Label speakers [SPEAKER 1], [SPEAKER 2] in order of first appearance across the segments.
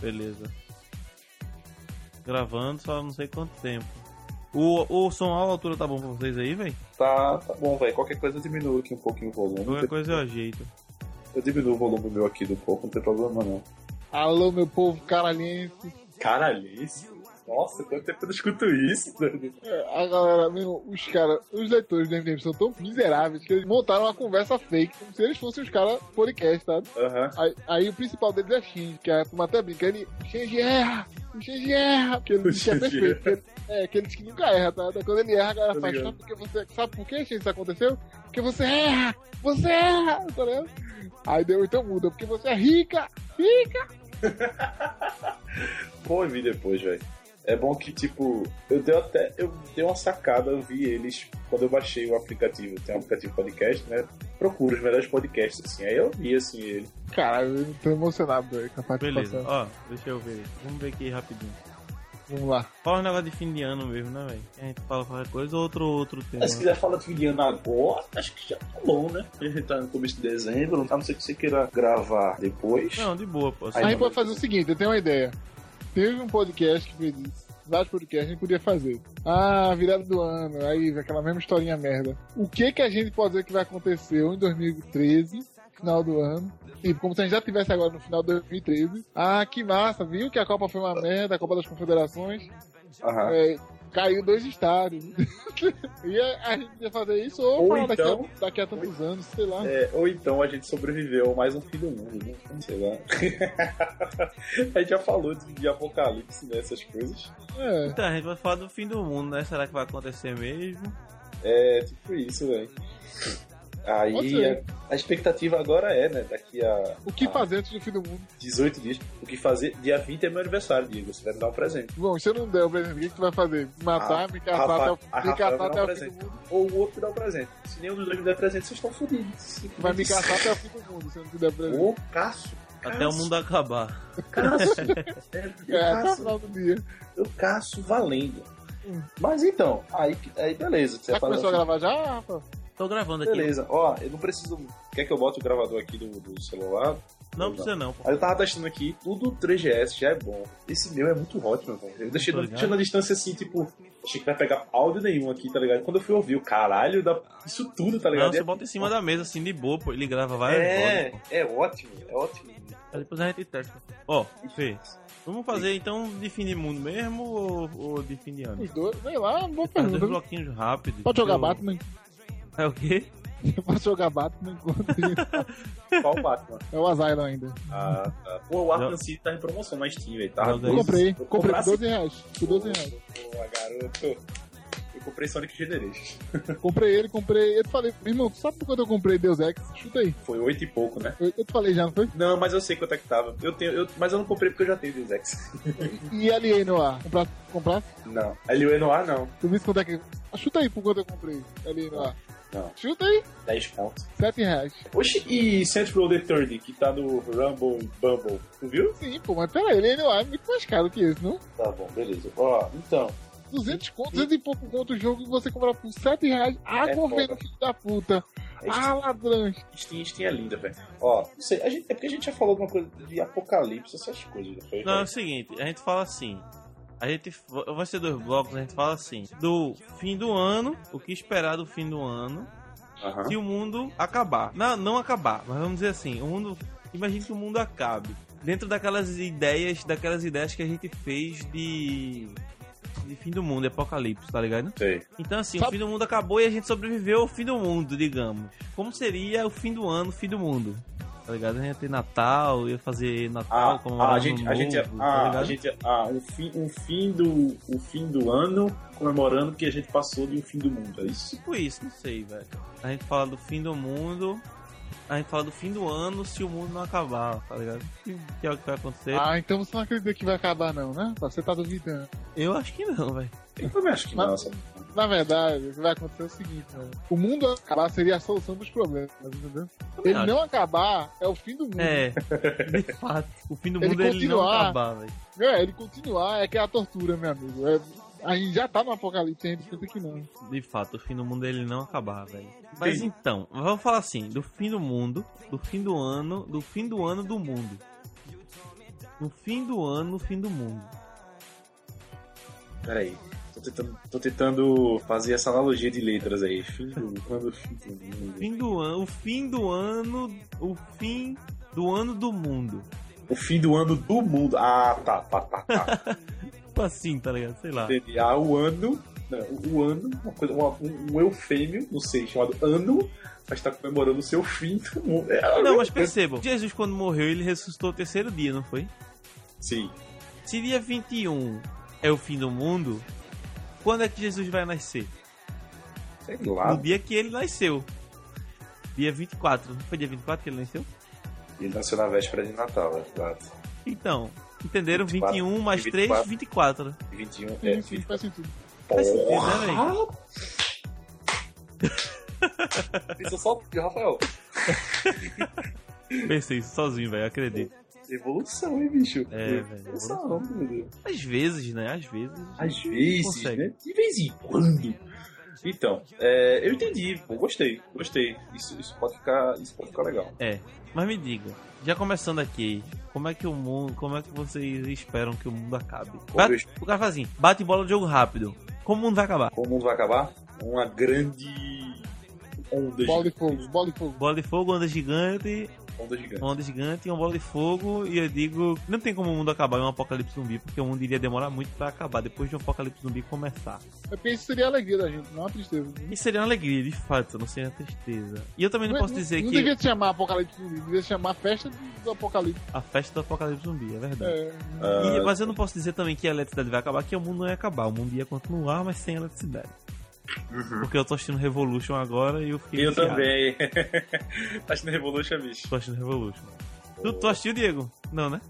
[SPEAKER 1] Beleza. Gravando só não sei quanto tempo. O, o som alto, a altura tá bom pra vocês aí, velho?
[SPEAKER 2] Tá, tá bom, velho. Qualquer coisa eu diminuo aqui um pouquinho o volume.
[SPEAKER 1] Qualquer coisa eu ajeito.
[SPEAKER 2] Eu diminuo o volume meu aqui do pouco, não tem problema não.
[SPEAKER 3] Alô, meu povo caralhense.
[SPEAKER 2] Caralhice? Nossa, quanto tempo eu não escuto isso, Dani?
[SPEAKER 3] É, A galera, mesmo, os caras, os leitores do MDM são tão miseráveis que eles montaram uma conversa fake, como se eles fossem os caras podcast, sabe?
[SPEAKER 2] Aham.
[SPEAKER 3] Aí, aí o principal deles é Shinji, que a turma até brinca, ele, Shinji erra, o Shinji erra, porque ele
[SPEAKER 2] O
[SPEAKER 3] diz que é
[SPEAKER 2] Shinji
[SPEAKER 3] perfeito, que ele- é, que ele diz que nunca erra, tá? Daí Quando ele erra, a galera
[SPEAKER 2] Tô
[SPEAKER 3] faz,
[SPEAKER 2] ligado.
[SPEAKER 3] sabe, porque você, sabe por que, Shinji, isso aconteceu? Porque você erra, você erra, tá ligado? Aí deu, então muda, porque você é rica, rica!
[SPEAKER 2] Vou ouvir depois, velho. É bom que, tipo, eu dei até. Eu dei uma sacada, eu vi eles quando eu baixei o aplicativo. Tem um aplicativo podcast, né? Procuro os melhores podcasts, assim. Aí eu vi, assim, ele.
[SPEAKER 3] Caralho, eu tô emocionado, velho, com a
[SPEAKER 1] Beleza,
[SPEAKER 3] participação.
[SPEAKER 1] ó, deixa eu ver. Vamos ver aqui rapidinho.
[SPEAKER 3] Vamos lá.
[SPEAKER 1] Fala um negócio de fim de ano mesmo, né, velho? A gente fala qualquer coisa ou outro, outro tema.
[SPEAKER 2] Mas se quiser falar de Viliano agora, acho que já tá bom, né? A gente tá no começo de dezembro, a não ser que você queira gravar depois.
[SPEAKER 1] Não, de boa, pô.
[SPEAKER 2] Aí
[SPEAKER 3] a
[SPEAKER 1] Só-
[SPEAKER 3] gente
[SPEAKER 2] não.
[SPEAKER 3] pode fazer o seguinte, eu tenho uma ideia. Teve um podcast que fez isso. Vários podcasts a gente podia fazer. Ah, virada do ano, aí aquela mesma historinha merda. O que que a gente pode dizer que vai acontecer ou em 2013, final do ano? Tipo, como se a gente já tivesse agora no final de 2013. Ah, que massa, viu que a Copa foi uma merda, a Copa das Confederações.
[SPEAKER 2] Aham.
[SPEAKER 3] É, caiu dois estádios. e a, a gente podia fazer isso ou,
[SPEAKER 2] Ou
[SPEAKER 3] falar daqui a-
[SPEAKER 2] então-
[SPEAKER 3] daqui, a, tantos anos, sei lá.
[SPEAKER 2] É, ou então a gente sobreviveu a mais um fim do mundo, né? Sei lá. a gente já falou de, de apocalipse, né? Essas coisas.
[SPEAKER 3] É.
[SPEAKER 1] Então, a gente vai falar do fim do mundo, né? Será que vai acontecer mesmo?
[SPEAKER 2] É tipo isso, velho.
[SPEAKER 3] Pode
[SPEAKER 2] Aí
[SPEAKER 3] ser.
[SPEAKER 2] a, a expectativa agora é, né? Daqui a,
[SPEAKER 3] O que
[SPEAKER 2] a
[SPEAKER 3] fazer antes do fim do mundo?
[SPEAKER 2] 18 dias. O que fazer? Dia 20 é meu aniversário, Diego. Você vai me dar um presente.
[SPEAKER 3] Bom, se eu não der o presente, o que que tu vai fazer? Me Matar, me caçar
[SPEAKER 2] Rafa-
[SPEAKER 3] até o,
[SPEAKER 2] Ah, a
[SPEAKER 3] me caçar
[SPEAKER 2] Rafael vai
[SPEAKER 3] até
[SPEAKER 2] dar um
[SPEAKER 3] o fim
[SPEAKER 2] presente.
[SPEAKER 3] do mundo?
[SPEAKER 2] Ou o outro dá um presente. Se nenhum dos dois me der presente, vocês estão fodidos.
[SPEAKER 3] Tu vai me caçar até o fim do mundo, se eu não te der presente.
[SPEAKER 2] Ô, Cássio.
[SPEAKER 1] Até o mundo acabar.
[SPEAKER 2] Cássio. É,
[SPEAKER 3] É, até o
[SPEAKER 2] Cássio.
[SPEAKER 3] final do dia.
[SPEAKER 2] Eu caço valendo.
[SPEAKER 3] Hum.
[SPEAKER 2] Mas então, aí, aí beleza. Você
[SPEAKER 3] Já
[SPEAKER 2] fala
[SPEAKER 3] começou a
[SPEAKER 2] assim,
[SPEAKER 3] gravar já, Rafa?
[SPEAKER 1] Tô gravando aqui.
[SPEAKER 2] Beleza, ó, eu não preciso. Quer que eu bote o gravador aqui do, do celular?
[SPEAKER 1] Não precisa não, pô.
[SPEAKER 2] Aí eu tava testando aqui, tudo 3GS já é bom. Esse meu é muito hot, meu velho. Eu deixei
[SPEAKER 1] Tô
[SPEAKER 2] na-
[SPEAKER 1] ligado.
[SPEAKER 2] deixei na distância assim, tipo, achei que vai pegar áudio nenhum aqui, tá ligado? Quando eu fui ouvir o caralho, dá isso tudo, tá
[SPEAKER 1] Não,
[SPEAKER 2] ligado?
[SPEAKER 1] você bota em cima da mesa, assim, de boa, pô. Ele grava várias
[SPEAKER 2] é,
[SPEAKER 1] vozes, pô.
[SPEAKER 2] é ótimo, é ótimo.
[SPEAKER 1] Aí depois a gente testa. Ó, Fê, vamos fazer, então, de fim de mundo mesmo ou, ou de fim de ano?
[SPEAKER 3] Os dois, sei lá, boa
[SPEAKER 1] Fazer dois
[SPEAKER 3] pergunta. né?
[SPEAKER 1] bloquinhos rápidos.
[SPEAKER 3] Pode jogar
[SPEAKER 1] Eu-
[SPEAKER 3] Batman?
[SPEAKER 1] É o quê?
[SPEAKER 3] Pode jogar Batman enquanto a gente-
[SPEAKER 2] Qual o Batman?
[SPEAKER 3] É o Asylum ainda.
[SPEAKER 2] Ah, tá. Pô, o Arkham City tá em promoção na Steam, velho. Tá?
[SPEAKER 1] Não,
[SPEAKER 3] Eu
[SPEAKER 1] Dois.
[SPEAKER 3] comprei.
[SPEAKER 2] Vou
[SPEAKER 3] Comprei
[SPEAKER 2] comprar assim.
[SPEAKER 3] por 12 reais. Por 12 reais.
[SPEAKER 2] Boa, garoto. Eu comprei Sonic Generation.
[SPEAKER 3] Comprei ele, comprei. Eu te falei, meu irmão, sabe por quanto eu comprei Deus Ex? Chuta aí.
[SPEAKER 2] Foi oito e pouco, né?
[SPEAKER 3] Eu, eu te falei já, não foi?
[SPEAKER 2] Não, mas eu sei quanto é que tava. Eu tenho, eu- mas eu não comprei porque eu já tenho Deus Ex.
[SPEAKER 3] E aliei no ar. Comprasse? comprasse?
[SPEAKER 2] Não. LUE no ar, não.
[SPEAKER 3] Tu viste quanto é que. Chuta aí por quanto eu comprei. Aliei no ar.
[SPEAKER 2] Não.
[SPEAKER 3] Chuta aí.
[SPEAKER 2] 10 pontos.
[SPEAKER 3] 7 reais.
[SPEAKER 2] Oxi, e Saints Row the Third, que tá no Rumble e Bumble, tu viu?
[SPEAKER 3] Sim, pô, mas peraí, ele não é muito mais caro que esse, não?
[SPEAKER 2] Tá bom, beleza. Ó, então,
[SPEAKER 3] 200 conto, 200 e pouco conto o jogo e você comprar por 7 reais. Ah,
[SPEAKER 2] É
[SPEAKER 3] governo,
[SPEAKER 2] foda. É
[SPEAKER 3] filho da puta. Ah, ladrões.
[SPEAKER 2] Steam, Steam é linda, velho. Ó, não sei, a gente, é porque a gente já falou alguma coisa de apocalipse, essas coisas, não foi?
[SPEAKER 1] Não, é o seguinte, a gente fala assim. A gente fa- vai ser dois blocos, a gente fala assim. Do fim do ano, o que esperar do fim do ano,
[SPEAKER 2] Aham.
[SPEAKER 1] se o mundo acabar. Não, não acabar, mas vamos dizer assim, o mundo. Imagine que o mundo acabe. Dentro daquelas ideias, daquelas ideias que a gente fez de. De fim do mundo, apocalipse, tá ligado?
[SPEAKER 2] Sei.
[SPEAKER 1] Então, assim, o
[SPEAKER 3] Sabe-
[SPEAKER 1] fim do mundo acabou e a gente sobreviveu ao fim do mundo, digamos. Como seria o fim do ano, o fim do mundo? Tá ligado? A gente ia ter Natal, ia fazer Natal,
[SPEAKER 2] Ah,
[SPEAKER 1] como
[SPEAKER 2] ah, a gente, a gente,
[SPEAKER 1] tá
[SPEAKER 2] ah,
[SPEAKER 1] ligado?
[SPEAKER 2] a gente, ah, um fim, um fim do, um fim do ano comemorando que a gente passou de um fim do mundo, é isso?
[SPEAKER 1] Tipo isso, não sei, velho. A gente fala do fim do mundo, a gente fala do fim do ano se o mundo não acabar, tá ligado? Que é o que vai acontecer.
[SPEAKER 3] Ah, então você não acredita que vai acabar, não, né? Você tá duvidando.
[SPEAKER 1] Eu acho que não, velho.
[SPEAKER 2] Eu também acho que
[SPEAKER 3] Mas-
[SPEAKER 2] não, sabe?
[SPEAKER 3] Na verdade, o que vai acontecer é o seguinte, mano. O mundo acabar seria a solução dos problemas, entendeu?
[SPEAKER 1] Também
[SPEAKER 3] Ele
[SPEAKER 1] acho.
[SPEAKER 3] não acabar é o fim do
[SPEAKER 2] Uhum.
[SPEAKER 3] mundo. É,
[SPEAKER 1] É, de fato. O fim do
[SPEAKER 3] Ele
[SPEAKER 1] mundo é ele não
[SPEAKER 3] continuar.
[SPEAKER 1] acabar, velho.
[SPEAKER 3] ele continuar é que é a tortura, meu amigo. É- a gente já tá no apocalipse, a gente pensa que não.
[SPEAKER 1] De fato, o fim do mundo é ele não acabar, velho. Mas
[SPEAKER 2] Sim.
[SPEAKER 1] então, vamos falar assim, do fim do mundo, do fim do ano, do fim do ano do mundo. No fim do ano, no fim do mundo.
[SPEAKER 2] Peraí. Tô tentando, tô tentando fazer essa analogia de letras aí. Fim do quando fim do mundo.
[SPEAKER 1] Fim do ano, o fim do ano, o fim do ano do mundo.
[SPEAKER 2] O fim do ano do mundo. Ah, tá, tá, tá, tá.
[SPEAKER 1] Tipo assim, tá ligado? Sei lá.
[SPEAKER 2] Entendi. Ah, o ano. Não, o ano, uma coisa, uma- um, um eufêmio, não sei, chamado ano, mas tá comemorando o seu fim do mundo. É,
[SPEAKER 1] Não, mas percebam, Jesus quando morreu, ele ressuscitou o terceiro dia, não foi?
[SPEAKER 2] Sim.
[SPEAKER 1] Se dia 21 é o fim do mundo, quando é que Jesus vai nascer?
[SPEAKER 2] Sei
[SPEAKER 1] No
[SPEAKER 2] lá.
[SPEAKER 1] dia que ele nasceu. Dia 24. Não foi dia 24 que ele nasceu?
[SPEAKER 2] Ele nasceu na véspera de Natal, é verdade.
[SPEAKER 1] Então, entenderam?
[SPEAKER 2] 24,
[SPEAKER 1] 21 mais 3,
[SPEAKER 2] 24.
[SPEAKER 1] 24.
[SPEAKER 2] 21
[SPEAKER 3] Sim,
[SPEAKER 2] é.
[SPEAKER 3] sim, faz sentido.
[SPEAKER 1] né? Faz sentido, né, velho?
[SPEAKER 2] Isso é só Rafael.
[SPEAKER 1] Pensei isso sozinho, velho, acredito.
[SPEAKER 2] Evolução, hein, bicho?
[SPEAKER 1] É, velho,
[SPEAKER 2] Evolução, velho.
[SPEAKER 1] Às vezes, né? Às vezes.
[SPEAKER 2] Às vezes,
[SPEAKER 1] Consegue.
[SPEAKER 2] né? De vez em quando. Então, é, eu entendi, pô, gostei, gostei. Isso, isso, pode ficar, isso pode ficar legal.
[SPEAKER 1] É. Mas me diga, já começando aqui, como é que o mundo. Como é que vocês esperam que o mundo acabe? Bate-
[SPEAKER 2] eu-
[SPEAKER 1] o cara faz assim, bate bola jogo rápido. Como o mundo vai acabar?
[SPEAKER 2] Como o mundo vai acabar? Uma grande onda,
[SPEAKER 3] Bola
[SPEAKER 2] gigante,
[SPEAKER 3] de fogo, bola de fogo.
[SPEAKER 1] Bola de fogo, onda gigante,
[SPEAKER 2] onda gigante.
[SPEAKER 1] uma onda gigante, uma bola de fogo, e eu digo, não tem como o mundo acabar em um apocalipse zumbi, porque o mundo iria demorar muito pra acabar depois de um apocalipse zumbi começar.
[SPEAKER 3] É porque isso seria a alegria da gente, não a tristeza.
[SPEAKER 1] E seria uma alegria, de fato, não seria uma tristeza. E eu também não
[SPEAKER 3] Mas
[SPEAKER 1] posso dizer
[SPEAKER 3] não
[SPEAKER 1] que
[SPEAKER 3] devia se chamar Apocalipse Zumbi, devia se chamar Festa do Apocalipse.
[SPEAKER 1] a festa do apocalipse zumbi, é verdade.
[SPEAKER 3] É,
[SPEAKER 1] E-
[SPEAKER 2] Ah,
[SPEAKER 1] mas eu não posso dizer também que a eletricidade vai acabar, que o mundo não ia acabar. O mundo ia continuar, mas sem eletricidade. Porque eu tô assistindo Revolution agora e eu fiquei.
[SPEAKER 2] eu
[SPEAKER 1] viciado.
[SPEAKER 2] também. tá achando Revolution, bicho.
[SPEAKER 1] Tô assistindo Revolution. Tu, tu assistiu, Diego? Não, né?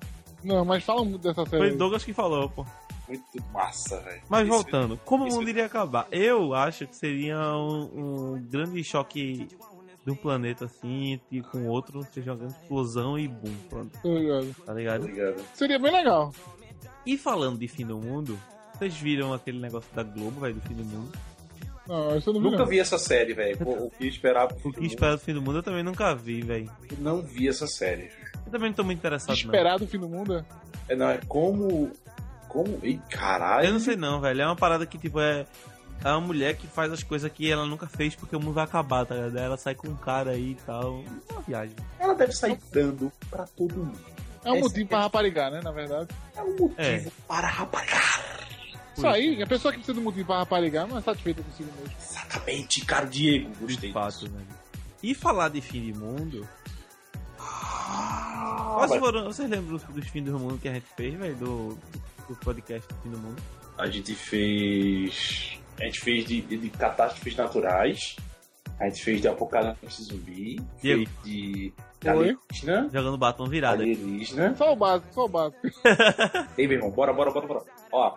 [SPEAKER 3] Não, mas fala muito dessa
[SPEAKER 1] Foi
[SPEAKER 3] série.
[SPEAKER 1] Douglas que falou, pô.
[SPEAKER 2] Muito massa, velho.
[SPEAKER 1] Mas
[SPEAKER 2] Esse-
[SPEAKER 1] voltando, como o
[SPEAKER 2] isso-
[SPEAKER 1] mundo iria acabar? Eu acho que seria um, um grande choque de um planeta assim, e com outro, seja uma grande explosão e boom, pronto,
[SPEAKER 3] Tô ligado.
[SPEAKER 1] tá ligado?
[SPEAKER 2] Obrigado.
[SPEAKER 3] Seria bem legal.
[SPEAKER 1] E falando de fim do mundo, vocês viram aquele negócio da Globo, velho, do fim do mundo?
[SPEAKER 3] Não, isso eu não vi.
[SPEAKER 2] Nunca
[SPEAKER 3] não.
[SPEAKER 2] vi essa série, velho. Pô, O que eu esperava.
[SPEAKER 1] O que espera do fim do mundo eu também nunca vi, velho.
[SPEAKER 2] Eu não vi essa série.
[SPEAKER 1] Eu também não tô muito interessado, não.
[SPEAKER 3] Esperar do fim do mundo? é?
[SPEAKER 2] É, não, é como. Como. Ih,
[SPEAKER 1] Eu
[SPEAKER 2] caralho.
[SPEAKER 1] não sei não, velho. É uma parada que, tipo, é... É uma mulher que faz as coisas que ela nunca fez porque o mundo vai acabar, tá ligado? Daí Ela sai com um cara aí e tal. É uma viagem.
[SPEAKER 2] Ela deve sair dando pra todo mundo.
[SPEAKER 3] É um
[SPEAKER 2] Esse-
[SPEAKER 3] motivo pra raparigar, né, na verdade.
[SPEAKER 2] É um motivo
[SPEAKER 1] É.
[SPEAKER 2] para raparigar.
[SPEAKER 3] Isso aí, é a
[SPEAKER 1] né?
[SPEAKER 3] pessoa que precisa de um motivo pra raparigar não é satisfeita consigo mesmo.
[SPEAKER 2] Exatamente, cara, Diego. Gostei.
[SPEAKER 1] De fato, velho. E falar de fim de mundo...
[SPEAKER 2] Ah,
[SPEAKER 1] Quais
[SPEAKER 2] mas
[SPEAKER 1] foram... Vocês lembram dos, dos fins do mundo que a gente fez, velho? Do, do podcast do fim do mundo?
[SPEAKER 2] A gente fez. A gente fez de, de catástrofes naturais. A gente fez de apocalipse zumbi.
[SPEAKER 1] Diego.
[SPEAKER 2] Fez de.
[SPEAKER 3] Oi?
[SPEAKER 2] Alienígena.
[SPEAKER 1] Jogando batom virado.
[SPEAKER 2] Alienígena.
[SPEAKER 3] Só o básico, só o básico.
[SPEAKER 2] Ei, meu irmão, bora, bora, bora, bora. Ó,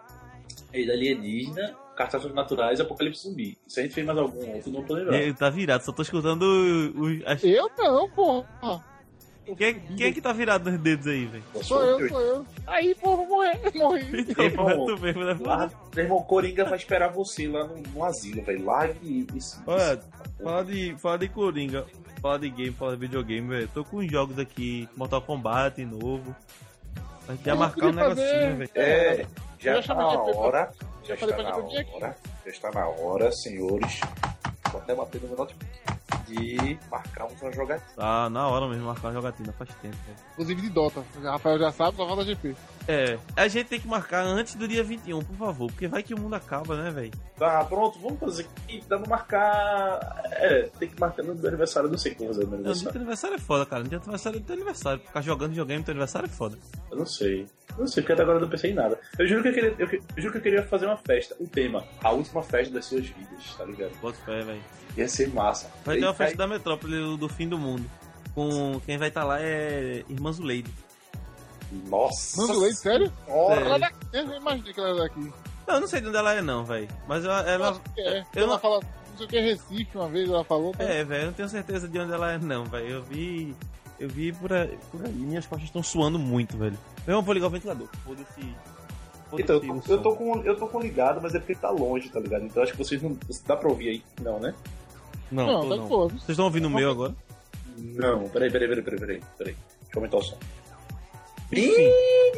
[SPEAKER 2] ex alienígena, catástrofes naturais e apocalipse zumbi. Se a gente fez mais algum outro, não tô lembrando.
[SPEAKER 1] Ele tá virado, só tô escutando os... as-
[SPEAKER 3] Eu não, porra.
[SPEAKER 1] Quem, quem é que tá virado nos dedos aí, velho?
[SPEAKER 3] Sou eu, sou eu. Aí, porra, vou morrer. Morri.
[SPEAKER 1] Então,
[SPEAKER 2] Irmão,
[SPEAKER 1] é tu mesmo, né?
[SPEAKER 2] Lá, meu irmão, Coringa vai esperar você lá no, no asilo, velho. Largue isso.
[SPEAKER 1] Olha, Falar de, falar de Coringa, falar de game, falar de videogame, velho. Tô com jogos aqui, Mortal Kombat novo. A gente já
[SPEAKER 3] Eu
[SPEAKER 1] marcar um
[SPEAKER 3] queria fazer-
[SPEAKER 1] negocinho, velho.
[SPEAKER 2] É, já
[SPEAKER 3] Eu
[SPEAKER 2] está na
[SPEAKER 3] já chamei ele pra-
[SPEAKER 2] hora. Já está
[SPEAKER 3] falei pra
[SPEAKER 2] na
[SPEAKER 3] ele pra vir aqui.
[SPEAKER 2] hora. Já está na hora, senhores. Vou até bater no meu notebook. De marcarmos uma jogatina.
[SPEAKER 1] Tá na hora mesmo marcar uma jogatina, faz tempo, velho.
[SPEAKER 3] Inclusive de Dota. O Rafael já sabe, só falta GP.
[SPEAKER 1] É, a gente tem que marcar antes do dia 21, por favor, porque vai que o mundo acaba, né, velho?
[SPEAKER 2] Tá, pronto, vamos fazer. Ih, Dá pra marcar. É, tem que marcar no meu aniversário. eu Não sei o que eu vou fazer no meu
[SPEAKER 1] Não, dia do
[SPEAKER 2] aniversário.
[SPEAKER 1] teu aniversário é foda, cara. Dia do teu aniversário é teu aniversário. Ficar jogando videogame no teu aniversário é foda.
[SPEAKER 2] Eu não sei. Eu não sei, porque até agora eu não pensei em nada. Eu juro que eu queria, eu, que- eu juro que eu queria fazer uma festa. Um tema. A última festa das suas vidas, tá ligado?
[SPEAKER 1] Bota fé, velho.
[SPEAKER 2] Ia ser massa.
[SPEAKER 1] Vai ter uma
[SPEAKER 2] Eita,
[SPEAKER 1] festa da metrópole do- do fim do mundo. Com quem vai estar lá é Irmã Zuleide.
[SPEAKER 2] Nossa.
[SPEAKER 3] Mano, leite, sério? Ela
[SPEAKER 2] Senhora.
[SPEAKER 3] é daqui. Eu não imaginei que ela era daqui.
[SPEAKER 1] Não, eu não sei de onde ela é, não, velho. Mas ela- ela,
[SPEAKER 3] Acho que é.
[SPEAKER 1] eu
[SPEAKER 3] ela
[SPEAKER 1] não-
[SPEAKER 3] fala, não sei o que, Recife, uma vez ela falou. tá?
[SPEAKER 1] É, velho, eu não tenho certeza de onde ela é, não, velho. Eu vi. Eu vi por aí, por aí. Minhas costas estão suando muito, velho. Eu vou ligar o ventilador. Foda-se. Foda-se
[SPEAKER 2] Então,
[SPEAKER 1] o
[SPEAKER 2] eu tô, eu, tô
[SPEAKER 1] som.
[SPEAKER 2] com, eu tô com ligado, mas é porque tá longe, tá ligado? Então acho que vocês não. Dá pra ouvir aí? Não, né?
[SPEAKER 1] Não,
[SPEAKER 3] Não,
[SPEAKER 1] tô
[SPEAKER 3] tá
[SPEAKER 1] não.
[SPEAKER 3] de boa. viu?
[SPEAKER 1] Vocês estão ouvindo o meu agora?
[SPEAKER 2] Não. Peraí, peraí, peraí, peraí, peraí. peraí. Deixa eu aumentar o som.
[SPEAKER 1] Enfim,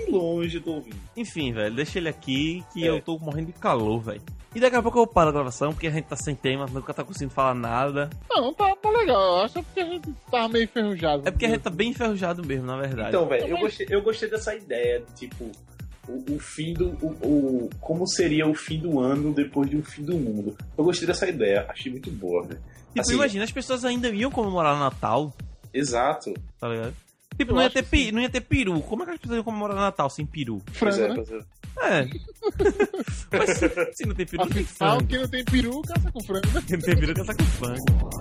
[SPEAKER 2] Bem longe do ouvindo.
[SPEAKER 1] enfim, velho, deixa ele aqui que
[SPEAKER 2] É.
[SPEAKER 1] eu tô morrendo de calor, velho. E daqui a pouco eu paro a gravação, porque a gente tá sem tema, nunca tá conseguindo falar nada.
[SPEAKER 3] Não, não tá, tá legal. Eu acho que é porque a gente tava meio enferrujado.
[SPEAKER 1] É porque a gente tá bem enferrujado mesmo, na verdade.
[SPEAKER 2] Então, velho, eu
[SPEAKER 3] Mas-
[SPEAKER 2] gostei, eu gostei dessa ideia de, tipo, o, o fim do. O, o- como seria o fim do ano depois de um fim do mundo. Eu gostei dessa ideia, achei muito boa, velho.
[SPEAKER 1] tipo,
[SPEAKER 2] assim-
[SPEAKER 1] imagina, as pessoas ainda iam comemorar o Natal,
[SPEAKER 2] Exato.
[SPEAKER 1] tá ligado? Tipo,
[SPEAKER 3] Eu
[SPEAKER 1] não ia,
[SPEAKER 3] acho
[SPEAKER 1] ter
[SPEAKER 3] que
[SPEAKER 1] pi- não ia ter peru. Como é que as pessoas iam comemorar o Natal sem peru?
[SPEAKER 2] Pois
[SPEAKER 3] Frango,
[SPEAKER 2] é,
[SPEAKER 3] né?
[SPEAKER 2] pois é.
[SPEAKER 1] É. Mas se, se não tem peru, não tem
[SPEAKER 3] Afinal,
[SPEAKER 1] frango.
[SPEAKER 3] quem não tem peru, caça com frango, né?
[SPEAKER 1] Quem não tem peru, tá com frango.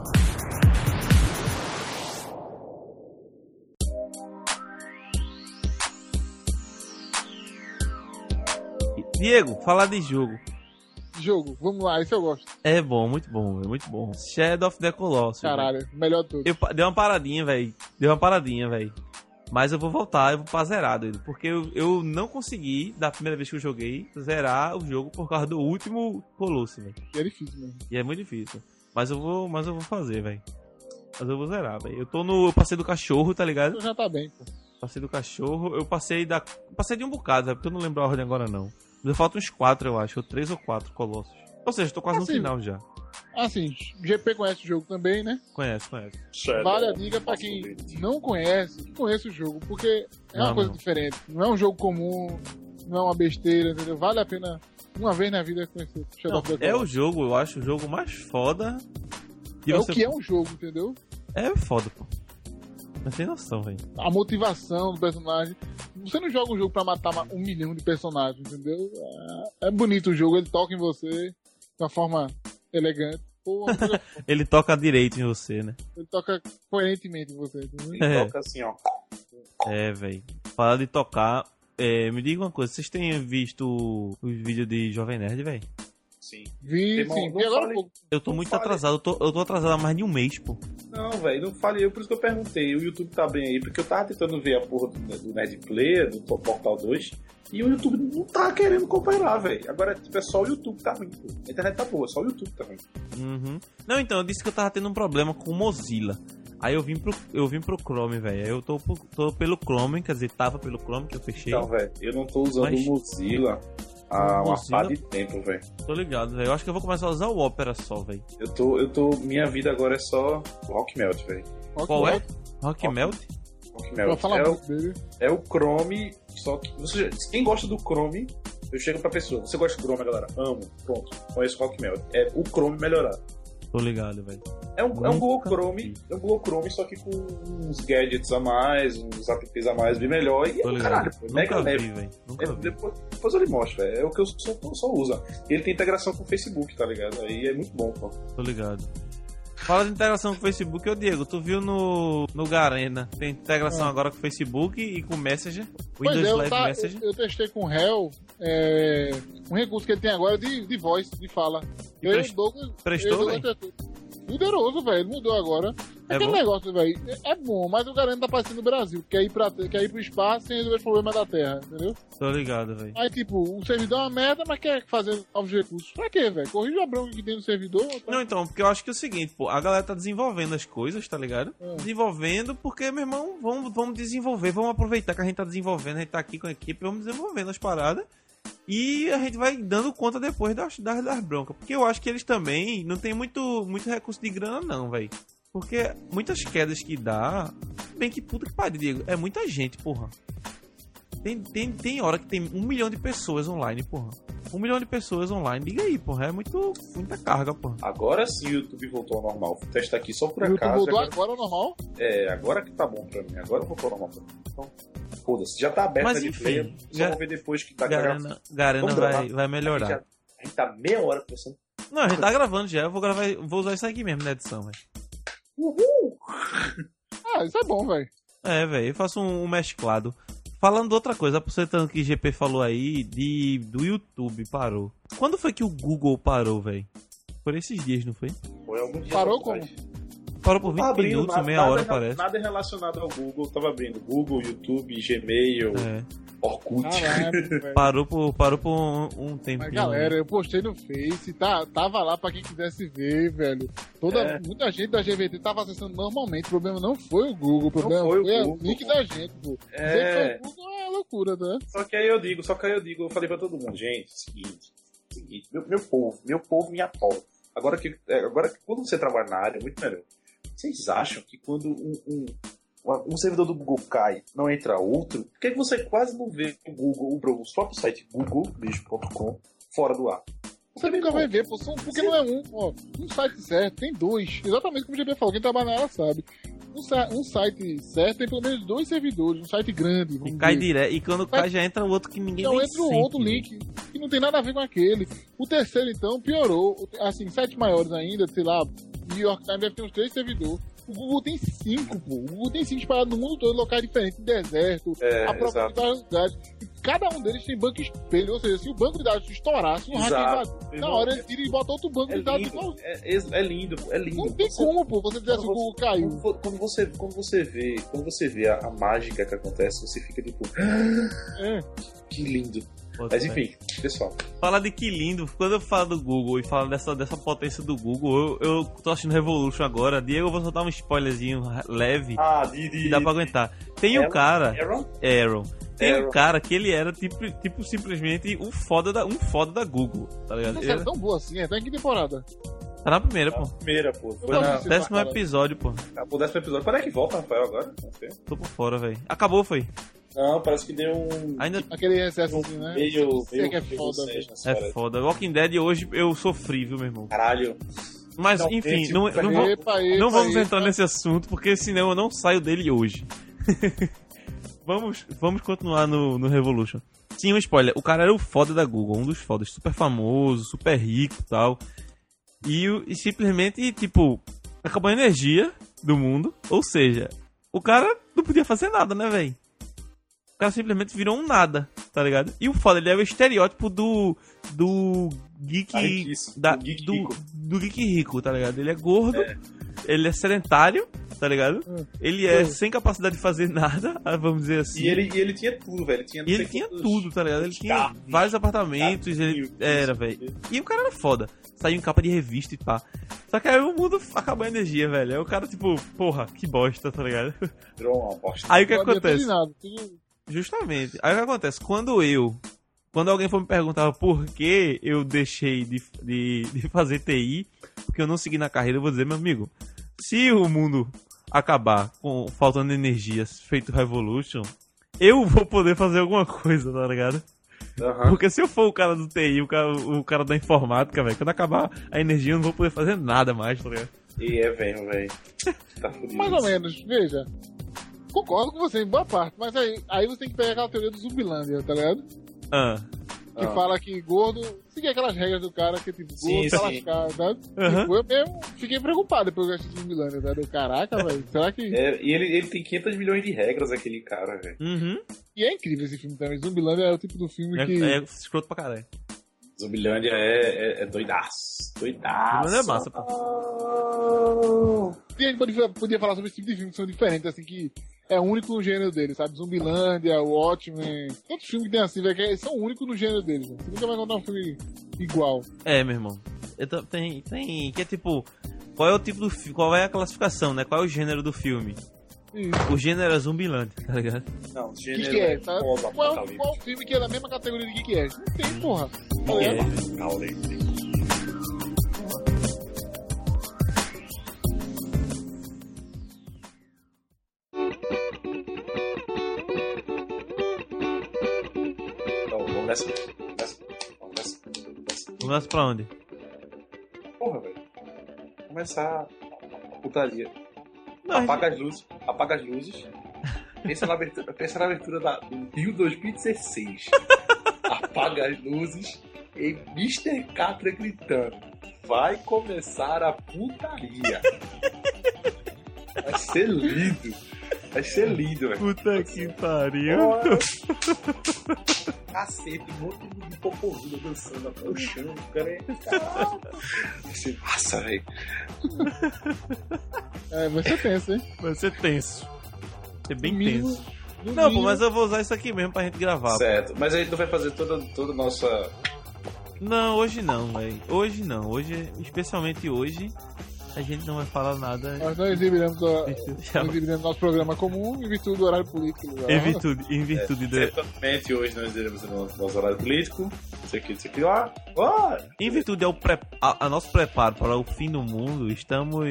[SPEAKER 1] Diego, falar de jogo.
[SPEAKER 3] Jogo, vamos lá, isso eu gosto.
[SPEAKER 1] É bom, muito bom, velho, muito bom. Shadow of the Colossus. velho.
[SPEAKER 3] Caralho, melhor de tudo.
[SPEAKER 1] Eu pa- dei uma paradinha, velho. Dei uma paradinha, velho. Mas eu vou voltar, eu vou pra zerar, doido. Porque eu, eu não consegui, da primeira vez que eu joguei, zerar o jogo por causa do último Colossus, velho.
[SPEAKER 3] É difícil mesmo.
[SPEAKER 1] E é muito difícil. Mas eu vou, mas eu vou fazer, velho. Mas eu vou zerar, velho. Eu tô no. Eu passei do cachorro, tá ligado?
[SPEAKER 3] Então já tá bem, pô.
[SPEAKER 1] Passei do cachorro. Eu passei da. Passei de um bocado, velho, porque eu não lembro a ordem agora, não. Mas faltam uns quatro, eu acho. Ou três ou quatro colossos. Ou seja, eu tô quase no
[SPEAKER 3] Assim,
[SPEAKER 1] final já.
[SPEAKER 3] Assim, GP conhece o jogo também, né?
[SPEAKER 1] Conhece, conhece.
[SPEAKER 2] Shadow
[SPEAKER 3] Vale a dica pra
[SPEAKER 2] of
[SPEAKER 3] quem
[SPEAKER 2] the-
[SPEAKER 3] não conhece, que conheça o jogo, porque é
[SPEAKER 1] Não,
[SPEAKER 3] uma coisa
[SPEAKER 1] não.
[SPEAKER 3] diferente. Não é um jogo comum, não é uma besteira, entendeu? Vale a pena uma vez na vida conhecer Shadow
[SPEAKER 1] Não,
[SPEAKER 3] of the
[SPEAKER 1] é o
[SPEAKER 3] Colossus.
[SPEAKER 1] jogo, eu acho, o jogo mais foda.
[SPEAKER 3] É o que é um jogo, entendeu?
[SPEAKER 1] É foda, pô. Não tem noção, velho.
[SPEAKER 3] A motivação do personagem. Você não joga um jogo pra matar ma- um milhão de personagens, entendeu? É- É bonito o jogo, ele toca em você de uma forma elegante. Pô, uma coisa-
[SPEAKER 1] Ele toca direito em você, né?
[SPEAKER 3] ele toca coerentemente em você, entendeu?
[SPEAKER 2] Ele toca assim, ó.
[SPEAKER 1] É, velho. Falar de tocar. é, me diga uma coisa, vocês têm visto os vídeos de Jovem Nerd, velho?
[SPEAKER 2] Sim.
[SPEAKER 3] Vi,
[SPEAKER 2] Irmão,
[SPEAKER 3] sim,
[SPEAKER 2] não
[SPEAKER 3] vi agora
[SPEAKER 2] fale-
[SPEAKER 3] um pouco.
[SPEAKER 1] Eu tô
[SPEAKER 2] Não
[SPEAKER 1] muito
[SPEAKER 2] fale.
[SPEAKER 1] atrasado, eu tô, eu tô atrasado há mais de um mês, pô.
[SPEAKER 2] Não, velho, não falei eu, por isso que eu perguntei. O YouTube tá bem aí, porque eu tava tentando ver a porra do, do Nerd Player, do Top Portal 2, e o YouTube não tá querendo cooperar, velho. Agora, tipo, é só o YouTube tá ruim, pô. A internet tá boa, só o YouTube tá ruim.
[SPEAKER 1] Uhum. Não, então, eu disse que eu tava tendo um problema com o Mozilla. Aí eu vim pro, eu vim pro Chrome, velho. Aí eu tô, pro- tô pelo Chrome, quer dizer, tava pelo Chrome que eu fechei.
[SPEAKER 2] Então, velho, eu não tô usando
[SPEAKER 1] Mas-
[SPEAKER 2] o Mozilla há uma
[SPEAKER 1] Mozilla?
[SPEAKER 2] par de tempo, velho.
[SPEAKER 1] Tô ligado, velho. Eu acho que eu vou começar a usar o Opera só, velho.
[SPEAKER 2] Eu tô, eu tô, minha vida agora é só Rockmelt, velho.
[SPEAKER 3] Rock
[SPEAKER 1] Qual é?
[SPEAKER 3] Rock,
[SPEAKER 1] Rockmelt?
[SPEAKER 3] Pra
[SPEAKER 2] Rockmelt.
[SPEAKER 3] falar
[SPEAKER 2] É o,
[SPEAKER 3] muito dele.
[SPEAKER 2] é o Chrome, só que... Você, quem gosta do Chrome, eu chego pra pessoa, você gosta do Chrome, galera? Amo, pronto, conheço Rockmelt. É o Chrome melhorado.
[SPEAKER 1] Tô ligado, velho.
[SPEAKER 2] É um, é um Google
[SPEAKER 1] Nunca
[SPEAKER 2] Chrome, é um Google Chrome, só que com uns gadgets a mais, uns apps a mais bem melhor, e é
[SPEAKER 1] Tô
[SPEAKER 2] um
[SPEAKER 1] ligado.
[SPEAKER 2] caralho, pô, é mega
[SPEAKER 1] Nunca
[SPEAKER 2] leve.
[SPEAKER 1] vi, velho.
[SPEAKER 2] É,
[SPEAKER 1] Nunca vi.
[SPEAKER 2] depois, depois eu lhe mostro, velho. é o que eu só, só uso. E Ele tem integração com o Facebook, tá ligado? Aí é muito bom, pô.
[SPEAKER 1] Tô ligado. Fala de integração com o Facebook, ô Diego, tu viu no, no Garena, tem integração agora com o Facebook e com o Messenger,
[SPEAKER 3] É. Pois
[SPEAKER 1] Windows
[SPEAKER 3] é, eu,
[SPEAKER 1] Live
[SPEAKER 3] tá,
[SPEAKER 1] Messenger.
[SPEAKER 3] eu, eu testei com o Hell é, um recurso que ele tem agora de, de voz, de fala.
[SPEAKER 1] E
[SPEAKER 3] eu
[SPEAKER 1] pres-
[SPEAKER 3] dou,
[SPEAKER 1] prestou,
[SPEAKER 3] eu dou-
[SPEAKER 1] velho?
[SPEAKER 3] Poderoso, velho. Ele mudou agora.
[SPEAKER 1] É
[SPEAKER 3] Aquele
[SPEAKER 1] bom?
[SPEAKER 3] negócio, velho, é- é bom, mas o Garena tá parecendo o Brasil. Quer ir, pra, quer ir pro espaço sem resolver os problemas da Terra, entendeu?
[SPEAKER 1] Tô ligado, velho.
[SPEAKER 3] Aí, tipo, o servidor é uma merda, mas quer fazer novos recursos. Pra quê, velho? Corrija a bronca que tem no servidor. tá?
[SPEAKER 1] Não, então, porque eu acho que é o seguinte, pô, a galera tá desenvolvendo as coisas, tá ligado?
[SPEAKER 3] Hum.
[SPEAKER 1] Desenvolvendo, porque, meu irmão, vamos, vamos desenvolver, vamos aproveitar que a gente tá desenvolvendo, a gente tá aqui com a equipe, vamos desenvolvendo as paradas. E a gente vai dando conta depois das, das, das broncas. Porque eu acho que eles também não tem muito, muito recurso de grana, não, velho. Porque muitas quedas que dá. Bem que puta que pariu, Diego. É muita gente, porra. Tem, tem, tem hora que tem um milhão de pessoas online, porra. Um milhão de pessoas online. Liga aí, porra. É muito, muita carga, porra.
[SPEAKER 2] Agora sim o YouTube voltou ao normal. Vou testar aqui só por
[SPEAKER 3] O YouTube
[SPEAKER 2] acaso.
[SPEAKER 3] voltou
[SPEAKER 2] agora,
[SPEAKER 3] agora ao normal.
[SPEAKER 2] É, agora que tá bom pra mim. Agora voltou ao normal pra mim. Então, foda-se. Já tá aberto
[SPEAKER 1] Mas
[SPEAKER 2] a de
[SPEAKER 1] enfim,
[SPEAKER 2] player. Só
[SPEAKER 1] já-
[SPEAKER 2] vou ver depois que tá gravando.
[SPEAKER 1] Garena, Garena
[SPEAKER 2] Vamos
[SPEAKER 1] vai,
[SPEAKER 2] gravar?
[SPEAKER 1] vai
[SPEAKER 2] A
[SPEAKER 1] melhorar.
[SPEAKER 2] gente, já- a gente tá meia hora pensando.
[SPEAKER 1] Não, a gente tá gravando já. Eu vou gravar, vou usar isso aqui mesmo na edição, velho.
[SPEAKER 2] Uhul!
[SPEAKER 3] Ah, isso é bom, velho.
[SPEAKER 1] É, velho, eu faço um, um mesclado. Falando de outra coisa, aproveitando que o GP falou aí de do YouTube parou. Quando foi que o Google parou, velho? Por esses dias, não foi?
[SPEAKER 2] Foi algum dia
[SPEAKER 3] Parou
[SPEAKER 2] atrás.
[SPEAKER 1] Parou por 20
[SPEAKER 2] Tava abrindo
[SPEAKER 1] minutos,
[SPEAKER 2] nada-
[SPEAKER 1] meia
[SPEAKER 2] nada
[SPEAKER 1] hora,
[SPEAKER 2] rela-
[SPEAKER 1] parece.
[SPEAKER 2] Nada relacionado ao Google, tava abrindo Google, YouTube, Gmail,
[SPEAKER 1] É,
[SPEAKER 2] Orkut.
[SPEAKER 3] Caralho, velho.
[SPEAKER 1] parou por, parou por um, um tempinho.
[SPEAKER 3] Mas galera, eu postei no Face, tá, tava lá pra quem quisesse ver, velho. Toda,
[SPEAKER 2] É.
[SPEAKER 3] Muita gente da GVT tava acessando normalmente. O problema não foi o Google, o problema
[SPEAKER 2] foi
[SPEAKER 3] foi,
[SPEAKER 2] o
[SPEAKER 3] o
[SPEAKER 2] Google,
[SPEAKER 3] link
[SPEAKER 2] pô.
[SPEAKER 3] da gente, pô. Dizer que
[SPEAKER 2] é,
[SPEAKER 3] foi o Google é loucura, né?
[SPEAKER 2] Só que aí eu digo, só que aí eu digo, eu falei pra todo mundo, gente, seguinte, seguinte, meu, meu povo, meu povo me apoia. Agora que, é, agora que quando você trabalha na área, é muito melhor. Vocês acham que quando um, um, uma- um servidor do Google cai, não entra outro? Por que que você quase não vê o Google, o, bro- o próprio site google.com fora do ar?
[SPEAKER 3] Você nunca vai ver, pô, são- porque não é um, ó, um site certo, tem dois. Exatamente como o GP falou, quem trabalha na área sabe. Um, sa- um site certo tem pelo menos dois servidores, um site grande.
[SPEAKER 1] E
[SPEAKER 3] vamos
[SPEAKER 1] cai
[SPEAKER 3] dizer.
[SPEAKER 1] direto. E quando cai, já entra outro que ninguém
[SPEAKER 3] Então
[SPEAKER 1] nem
[SPEAKER 3] entra um
[SPEAKER 1] sente,
[SPEAKER 3] outro
[SPEAKER 1] né?
[SPEAKER 3] link que não tem nada a ver com aquele. O terceiro, então, piorou. O te- Assim, sete maiores ainda, sei lá, New York Times deve ter uns três servidores. O Google tem cinco, pô. O Google tem cinco espalhados no mundo todo, em locais diferentes, em deserto,
[SPEAKER 2] É,
[SPEAKER 3] a própria de
[SPEAKER 2] exato.
[SPEAKER 3] vários lugares. E cada um deles tem banco espelho, ou seja, se o banco de dados estourasse, um hacker
[SPEAKER 2] Exato.
[SPEAKER 3] invadisse, na hora ele tira e bota outro banco
[SPEAKER 2] É
[SPEAKER 3] de dados
[SPEAKER 2] lindo,
[SPEAKER 3] igual.
[SPEAKER 2] é, é- é lindo, é lindo.
[SPEAKER 3] Não tem
[SPEAKER 2] Você-
[SPEAKER 3] como, pô, você dizer assim, o
[SPEAKER 2] Quando
[SPEAKER 3] Google caiu.
[SPEAKER 2] Quando vo- Quando você, quando você vê, quando você vê a, a mágica que acontece, você fica tipo,
[SPEAKER 3] É.
[SPEAKER 2] que lindo.
[SPEAKER 1] Bota
[SPEAKER 2] Mas
[SPEAKER 1] fé.
[SPEAKER 2] enfim, pessoal,
[SPEAKER 1] Fala de que lindo. Quando eu falo do Google e falo dessa, dessa potência do Google, eu, eu tô assistindo Revolution agora. Diego, eu vou soltar um spoilerzinho leve
[SPEAKER 2] Ah, de.
[SPEAKER 1] que
[SPEAKER 2] de
[SPEAKER 1] dá pra aguentar. Tem um
[SPEAKER 2] Aaron?
[SPEAKER 1] cara,
[SPEAKER 2] Aaron?
[SPEAKER 1] Aaron. Tem um
[SPEAKER 2] É. Aaron.
[SPEAKER 1] cara que ele era tipo, tipo simplesmente um foda, da, um foda da Google, tá ligado?
[SPEAKER 3] Nossa,
[SPEAKER 1] Ele
[SPEAKER 3] era tão boa assim, até em que temporada?
[SPEAKER 1] tá na primeira, pô.
[SPEAKER 2] A primeira, pô. Foi
[SPEAKER 1] Foi
[SPEAKER 3] Não,
[SPEAKER 1] no
[SPEAKER 2] na,
[SPEAKER 3] você
[SPEAKER 1] décimo
[SPEAKER 3] fala.
[SPEAKER 1] episódio, pô.
[SPEAKER 2] acabou o décimo episódio. Quando é que volta, Rafael, agora? Não sei.
[SPEAKER 1] Tô por fora, velho. Acabou, foi.
[SPEAKER 2] Não, parece que deu um.
[SPEAKER 1] Ainda
[SPEAKER 3] Aquele recesso assim,
[SPEAKER 2] um
[SPEAKER 3] né?
[SPEAKER 2] meio.
[SPEAKER 3] Sei
[SPEAKER 2] meio
[SPEAKER 3] que é
[SPEAKER 2] meio
[SPEAKER 3] foda,
[SPEAKER 2] vocês nas
[SPEAKER 1] é
[SPEAKER 2] férias.
[SPEAKER 1] foda. Walking Dead hoje eu sofri, viu, meu irmão?
[SPEAKER 2] Caralho.
[SPEAKER 1] Mas,
[SPEAKER 2] Não,
[SPEAKER 1] enfim,
[SPEAKER 2] esse-
[SPEAKER 1] não, não, vou-
[SPEAKER 3] Epa, epa,
[SPEAKER 1] não vamos
[SPEAKER 3] epa.
[SPEAKER 1] entrar nesse assunto, porque senão eu não saio dele hoje. vamos, vamos continuar no, no Revolution. Sim, um spoiler. O cara era o foda da Google, um dos fodas. Super famoso, super rico e tal. E, o- e simplesmente, tipo, acabou a energia do mundo. Ou seja, o cara não podia fazer nada, né, velho? O cara simplesmente virou um nada, tá ligado? E o foda, ele é o estereótipo do. do
[SPEAKER 2] Tá
[SPEAKER 1] geek.
[SPEAKER 2] riquíssimo.
[SPEAKER 1] Da,
[SPEAKER 2] Um geek
[SPEAKER 1] do,
[SPEAKER 2] rico.
[SPEAKER 1] do geek rico, tá ligado? Ele é gordo, ele é sedentário, tá ligado?
[SPEAKER 3] Hum.
[SPEAKER 1] Ele é
[SPEAKER 3] Hum.
[SPEAKER 1] sem capacidade de fazer nada, ah, vamos dizer assim.
[SPEAKER 2] E ele, é e ele tinha tudo, velho. Ele tinha,
[SPEAKER 1] E ele
[SPEAKER 2] não sei
[SPEAKER 1] tinha
[SPEAKER 2] quantos-
[SPEAKER 1] tudo, tá ligado? Ele tinha
[SPEAKER 2] carros,
[SPEAKER 1] vários apartamentos, ele
[SPEAKER 2] carros,
[SPEAKER 1] era, velho. E o cara era foda. Saiu em capa de revista e pá. Só que aí o mundo acabou a energia, velho. Aí o cara, tipo, porra, que bosta, tá ligado?
[SPEAKER 2] Virou uma bosta.
[SPEAKER 1] Aí o que
[SPEAKER 3] Não adianta de
[SPEAKER 1] acontece?
[SPEAKER 3] nada, tudo-
[SPEAKER 1] Justamente. Aí o que acontece? Quando eu. Quando alguém for me perguntar por que eu deixei de, de, de fazer TI, porque eu não segui na carreira, eu vou dizer, meu amigo, se o mundo acabar com faltando energia feito Revolution, eu vou poder fazer alguma coisa, tá ligado?
[SPEAKER 2] Aham.
[SPEAKER 1] Porque se eu for o cara do TI, o cara, o cara da informática, velho, quando acabar a energia eu não vou poder fazer nada mais, tá ligado?
[SPEAKER 2] E é, velho, velho. Tá fudido.
[SPEAKER 3] Mais ou menos, veja. Concordo com você em boa parte, mas aí, aí você tem que pegar aquela teoria do Zumbilândia, tá ligado?
[SPEAKER 1] Ah,
[SPEAKER 3] Que
[SPEAKER 2] Ah.
[SPEAKER 3] fala que gordo. Seguir aquelas regras do cara que tipo,
[SPEAKER 2] Sim,
[SPEAKER 3] gordo tá
[SPEAKER 2] sim.
[SPEAKER 3] lascado, sabe?
[SPEAKER 1] Aham.
[SPEAKER 3] Tipo, eu mesmo fiquei preocupado depois que eu assisti Zumbilândia, tá ligado? Caraca, velho, será que.
[SPEAKER 2] É, e ele, ele tem 500 milhões de regras, aquele cara, velho.
[SPEAKER 1] uhum.
[SPEAKER 3] E é incrível esse filme também. Zumbilândia é o tipo do filme que.
[SPEAKER 1] É, é escroto pra caralho.
[SPEAKER 2] Zumbilândia é, é, é doidaço. Doidaço.
[SPEAKER 1] Zumbilândia é massa, pô.
[SPEAKER 3] E a gente pode- podia falar sobre esse tipo de filme que são diferentes, assim, que é único no gênero deles, sabe? Zumbilândia, Watchmen, todos os filmes que tem assim, velho, que são únicos no gênero deles, velho. Você nunca vai encontrar um filme igual.
[SPEAKER 1] É, meu irmão. Eu tô- tem, tem. Que é tipo. Qual é o tipo do fi- Qual é a classificação, né? Qual é o gênero do filme?
[SPEAKER 3] E
[SPEAKER 1] O gênero é zumbilante, tá ligado?
[SPEAKER 2] Não,
[SPEAKER 3] O
[SPEAKER 2] gênero
[SPEAKER 3] que, que é,
[SPEAKER 2] tá?
[SPEAKER 3] sabe? Qual, é o- qual é o filme que é da mesma categoria de que, que é? Não tem, porra. Tá
[SPEAKER 1] Que é.
[SPEAKER 3] ligado?
[SPEAKER 2] Não, vamos nessa. Começa. Começa. Começa.
[SPEAKER 1] Começa pra onde?
[SPEAKER 2] Porra, velho. Começar a putaria.
[SPEAKER 1] Não, a gente-
[SPEAKER 2] Apaga as luzes. Apaga as luzes. Pensa na abertura, pensa na abertura da, do Rio 2016. Apaga as luzes e Mr. Catra gritando. Vai começar a putaria. Vai ser lindo. Vai ser lindo, velho.
[SPEAKER 1] Puta que pariu.
[SPEAKER 2] Bora. Cacete, um monte de popozudo dançando até o chão, o cara é. Assim, Nossa, velho.
[SPEAKER 3] É, você pensa, hein?
[SPEAKER 1] Vai ser tenso. Vai ser bem
[SPEAKER 3] No mínimo-
[SPEAKER 1] tenso.
[SPEAKER 3] no
[SPEAKER 1] Não, pô,
[SPEAKER 3] mínimo-
[SPEAKER 1] mas eu vou usar isso aqui mesmo pra gente gravar. pô.
[SPEAKER 2] Certo, mas aí tu vai fazer toda, toda a nossa.
[SPEAKER 1] Não, hoje não, velho. Hoje não. Hoje, especialmente hoje, a gente não vai falar nada.
[SPEAKER 3] Nós não exibiremos, a,
[SPEAKER 1] Já-
[SPEAKER 3] não exibiremos nosso programa comum em virtude do horário político.
[SPEAKER 1] Em virtude, em
[SPEAKER 2] É.
[SPEAKER 1] virtude
[SPEAKER 3] É.
[SPEAKER 1] da-
[SPEAKER 2] Certamente hoje nós iremos no nosso horário político. Isso aqui, isso aqui lá. Bora!
[SPEAKER 1] Em virtude ao pre- a, a nosso preparo para o fim do mundo, estamos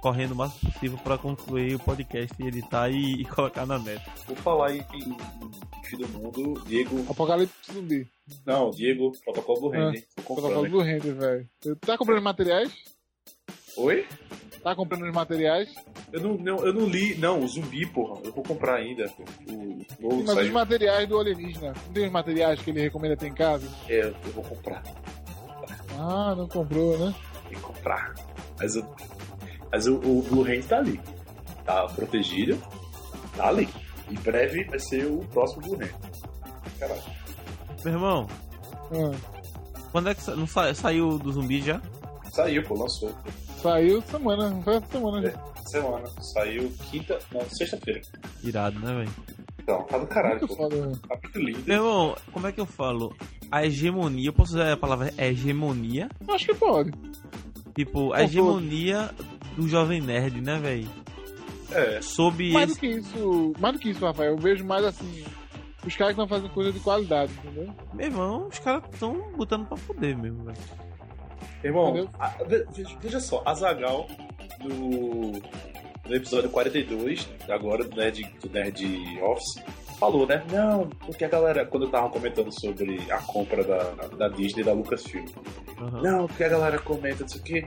[SPEAKER 1] correndo o máximo possível para concluir o podcast e editar e, e colocar na meta.
[SPEAKER 2] Por falar em, em, em fim do mundo, Diego.
[SPEAKER 3] Apocalipse zumbi.
[SPEAKER 2] Não, Diego, protocolo do Randy. hein? Tô comprando
[SPEAKER 3] Ah, Protocolo do render, velho. Tá comprando os materiais?
[SPEAKER 2] aqui. Oi?
[SPEAKER 3] Tá comprando os materiais?
[SPEAKER 2] Eu não, não, eu não li. Não, o zumbi, porra. Eu vou comprar ainda. pô. O o novo
[SPEAKER 3] Mas os
[SPEAKER 2] saiu.
[SPEAKER 3] materiais do alienígena. Não tem os materiais que ele recomenda ter em casa?
[SPEAKER 2] É, eu vou comprar.
[SPEAKER 3] Ah, não comprou, né?
[SPEAKER 2] Tem que comprar. Mas, eu, mas o, o Blue Hand tá ali. Tá protegido. Tá ali. Em breve vai ser o próximo Blue Hand. Caralho.
[SPEAKER 1] Meu irmão,
[SPEAKER 3] Ah,
[SPEAKER 1] quando é que sa- não sa- saiu do zumbi já?
[SPEAKER 2] Saiu, pô, lançou.
[SPEAKER 3] saiu semana, não foi essa semana. né?
[SPEAKER 2] É. Semana. Saiu quinta. Não, sexta-feira.
[SPEAKER 1] Irado, né, velho?
[SPEAKER 2] Então, tá do caralho,
[SPEAKER 3] Muito
[SPEAKER 2] pô.
[SPEAKER 3] foda, né? velho.
[SPEAKER 2] Tá muito lindo.
[SPEAKER 1] Meu irmão, como é que eu falo? A hegemonia, eu posso usar a palavra hegemonia?
[SPEAKER 3] Acho que pode.
[SPEAKER 1] Tipo, a
[SPEAKER 3] Por
[SPEAKER 1] hegemonia do jovem nerd, né, velho?
[SPEAKER 2] É.
[SPEAKER 1] Sob
[SPEAKER 3] Mais
[SPEAKER 1] esse.
[SPEAKER 3] do que isso, mais do que isso, Rafael, eu vejo mais assim. Os caras que estão fazendo coisa de qualidade, entendeu?
[SPEAKER 1] Meu irmão, os caras estão botando pra poder mesmo, velho.
[SPEAKER 2] é, Irmão,
[SPEAKER 3] Entendeu?
[SPEAKER 2] a- ve- veja, veja só, a Zagal no, no episódio 42, agora do Nerd, do Nerd Office, falou, né? Não, porque a galera, quando eu tava comentando sobre a compra da, da Disney da Lucasfilm,
[SPEAKER 1] Aham.
[SPEAKER 2] não, porque a galera comenta isso aqui.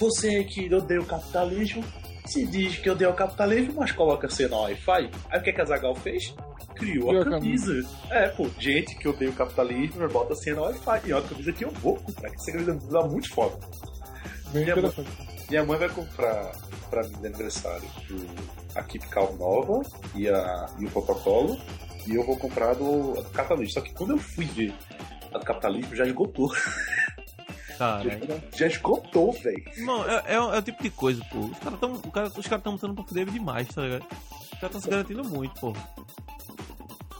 [SPEAKER 2] Você que odeia o capitalismo, se diz que odeia o capitalismo, mas coloca C no Wi-Fi. Aí o que, que a Zagal fez? Criou
[SPEAKER 3] Criou
[SPEAKER 2] a
[SPEAKER 3] a camisa.
[SPEAKER 2] camisa. É, pô, gente que odeia o capitalismo, bota C no Wi-Fi. E é uma camisa que eu vou comprar, que essa camisa dá muito foda.
[SPEAKER 3] Bem
[SPEAKER 2] Minha
[SPEAKER 3] interessante.
[SPEAKER 2] Minha mãe vai comprar pra mim de aniversário o- a Keep Calm nova e, a, e o protocolo. E eu vou comprar do, a do Catalismo. Só que quando eu fui ver a do Catalismo, já esgotou.
[SPEAKER 1] Cara,
[SPEAKER 2] Já esgotou, velho.
[SPEAKER 1] Mano, é, é, o- é o tipo de coisa, pô. Os caras tão, o cara, os cara tão lutando pra fuder demais, tá ligado? Os caras tão se garantindo muito, pô.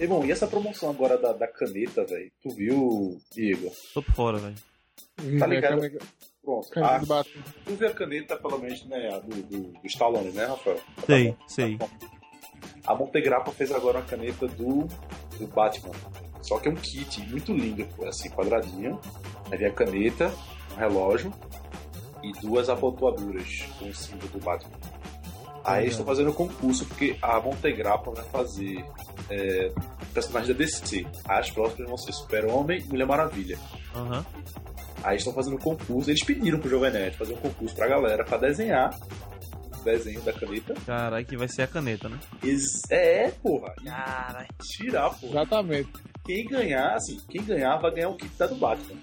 [SPEAKER 2] Irmão, e essa promoção agora da, da caneta, velho? Tu viu, Diego?
[SPEAKER 1] Tô por fora, velho.
[SPEAKER 2] Tá
[SPEAKER 3] Vive,
[SPEAKER 2] ligado?
[SPEAKER 3] É, câmera-
[SPEAKER 2] Pronto.
[SPEAKER 3] câmera
[SPEAKER 2] Ah,
[SPEAKER 3] do Batman.
[SPEAKER 2] tu viu a caneta, pelo menos, né? A do, do, do Stallone, né, Rafael?
[SPEAKER 1] Sei, sei.
[SPEAKER 2] A Montegrappa fez agora uma caneta do, do Batman. Só que é um kit muito lindo, pô, assim, quadradinho. Aí vem a caneta, um relógio e duas abotoaduras com o símbolo do Batman. Aí eles estão fazendo um concurso porque a Montegrappa vai fazer é, personagens da DC. Aí As próximas vão ser Super-Homem e Mulher Maravilha.
[SPEAKER 1] Aham.
[SPEAKER 2] Aí estão fazendo um concurso, eles pediram pro Jovem Nerd fazer um concurso pra galera pra desenhar o desenho da caneta.
[SPEAKER 1] Caralho, que vai ser a caneta, né?
[SPEAKER 2] Eles- É, porra. E
[SPEAKER 1] Caralho.
[SPEAKER 2] tirar, porra.
[SPEAKER 3] Exatamente.
[SPEAKER 2] quem ganhar, assim, quem ganhar vai ganhar o kit da do Batman.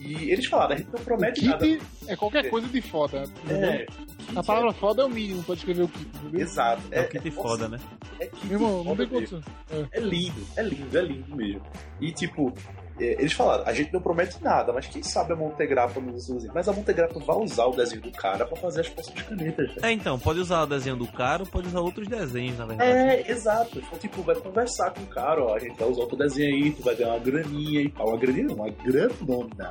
[SPEAKER 2] E eles falaram, a gente não promete nada.
[SPEAKER 3] Kit é qualquer coisa de foda. né?
[SPEAKER 2] É, kit
[SPEAKER 3] A palavra foda é o mínimo pra descrever o kit,
[SPEAKER 2] é-
[SPEAKER 3] entendeu?
[SPEAKER 2] Exato.
[SPEAKER 1] É o que te foda, né?
[SPEAKER 2] É kit
[SPEAKER 3] Meu irmão, não
[SPEAKER 2] foda
[SPEAKER 3] tem
[SPEAKER 2] mesmo.
[SPEAKER 3] condição.
[SPEAKER 2] É lindo, é lindo, é lindo mesmo. E tipo, é, eles falaram, a gente não promete nada, mas quem sabe a Montegrappa nos usa. Mas a Montegrappa vai usar o desenho do cara pra fazer as próximas canetas, velho.
[SPEAKER 1] É, então, pode usar o desenho do cara ou pode usar outros desenhos, na verdade.
[SPEAKER 3] Né?
[SPEAKER 2] É, exato. Então, tipo, vai conversar com o cara, ó. A gente vai usar outro desenho aí, tu vai ganhar uma graninha e tal. Uma graninha não, uma granona.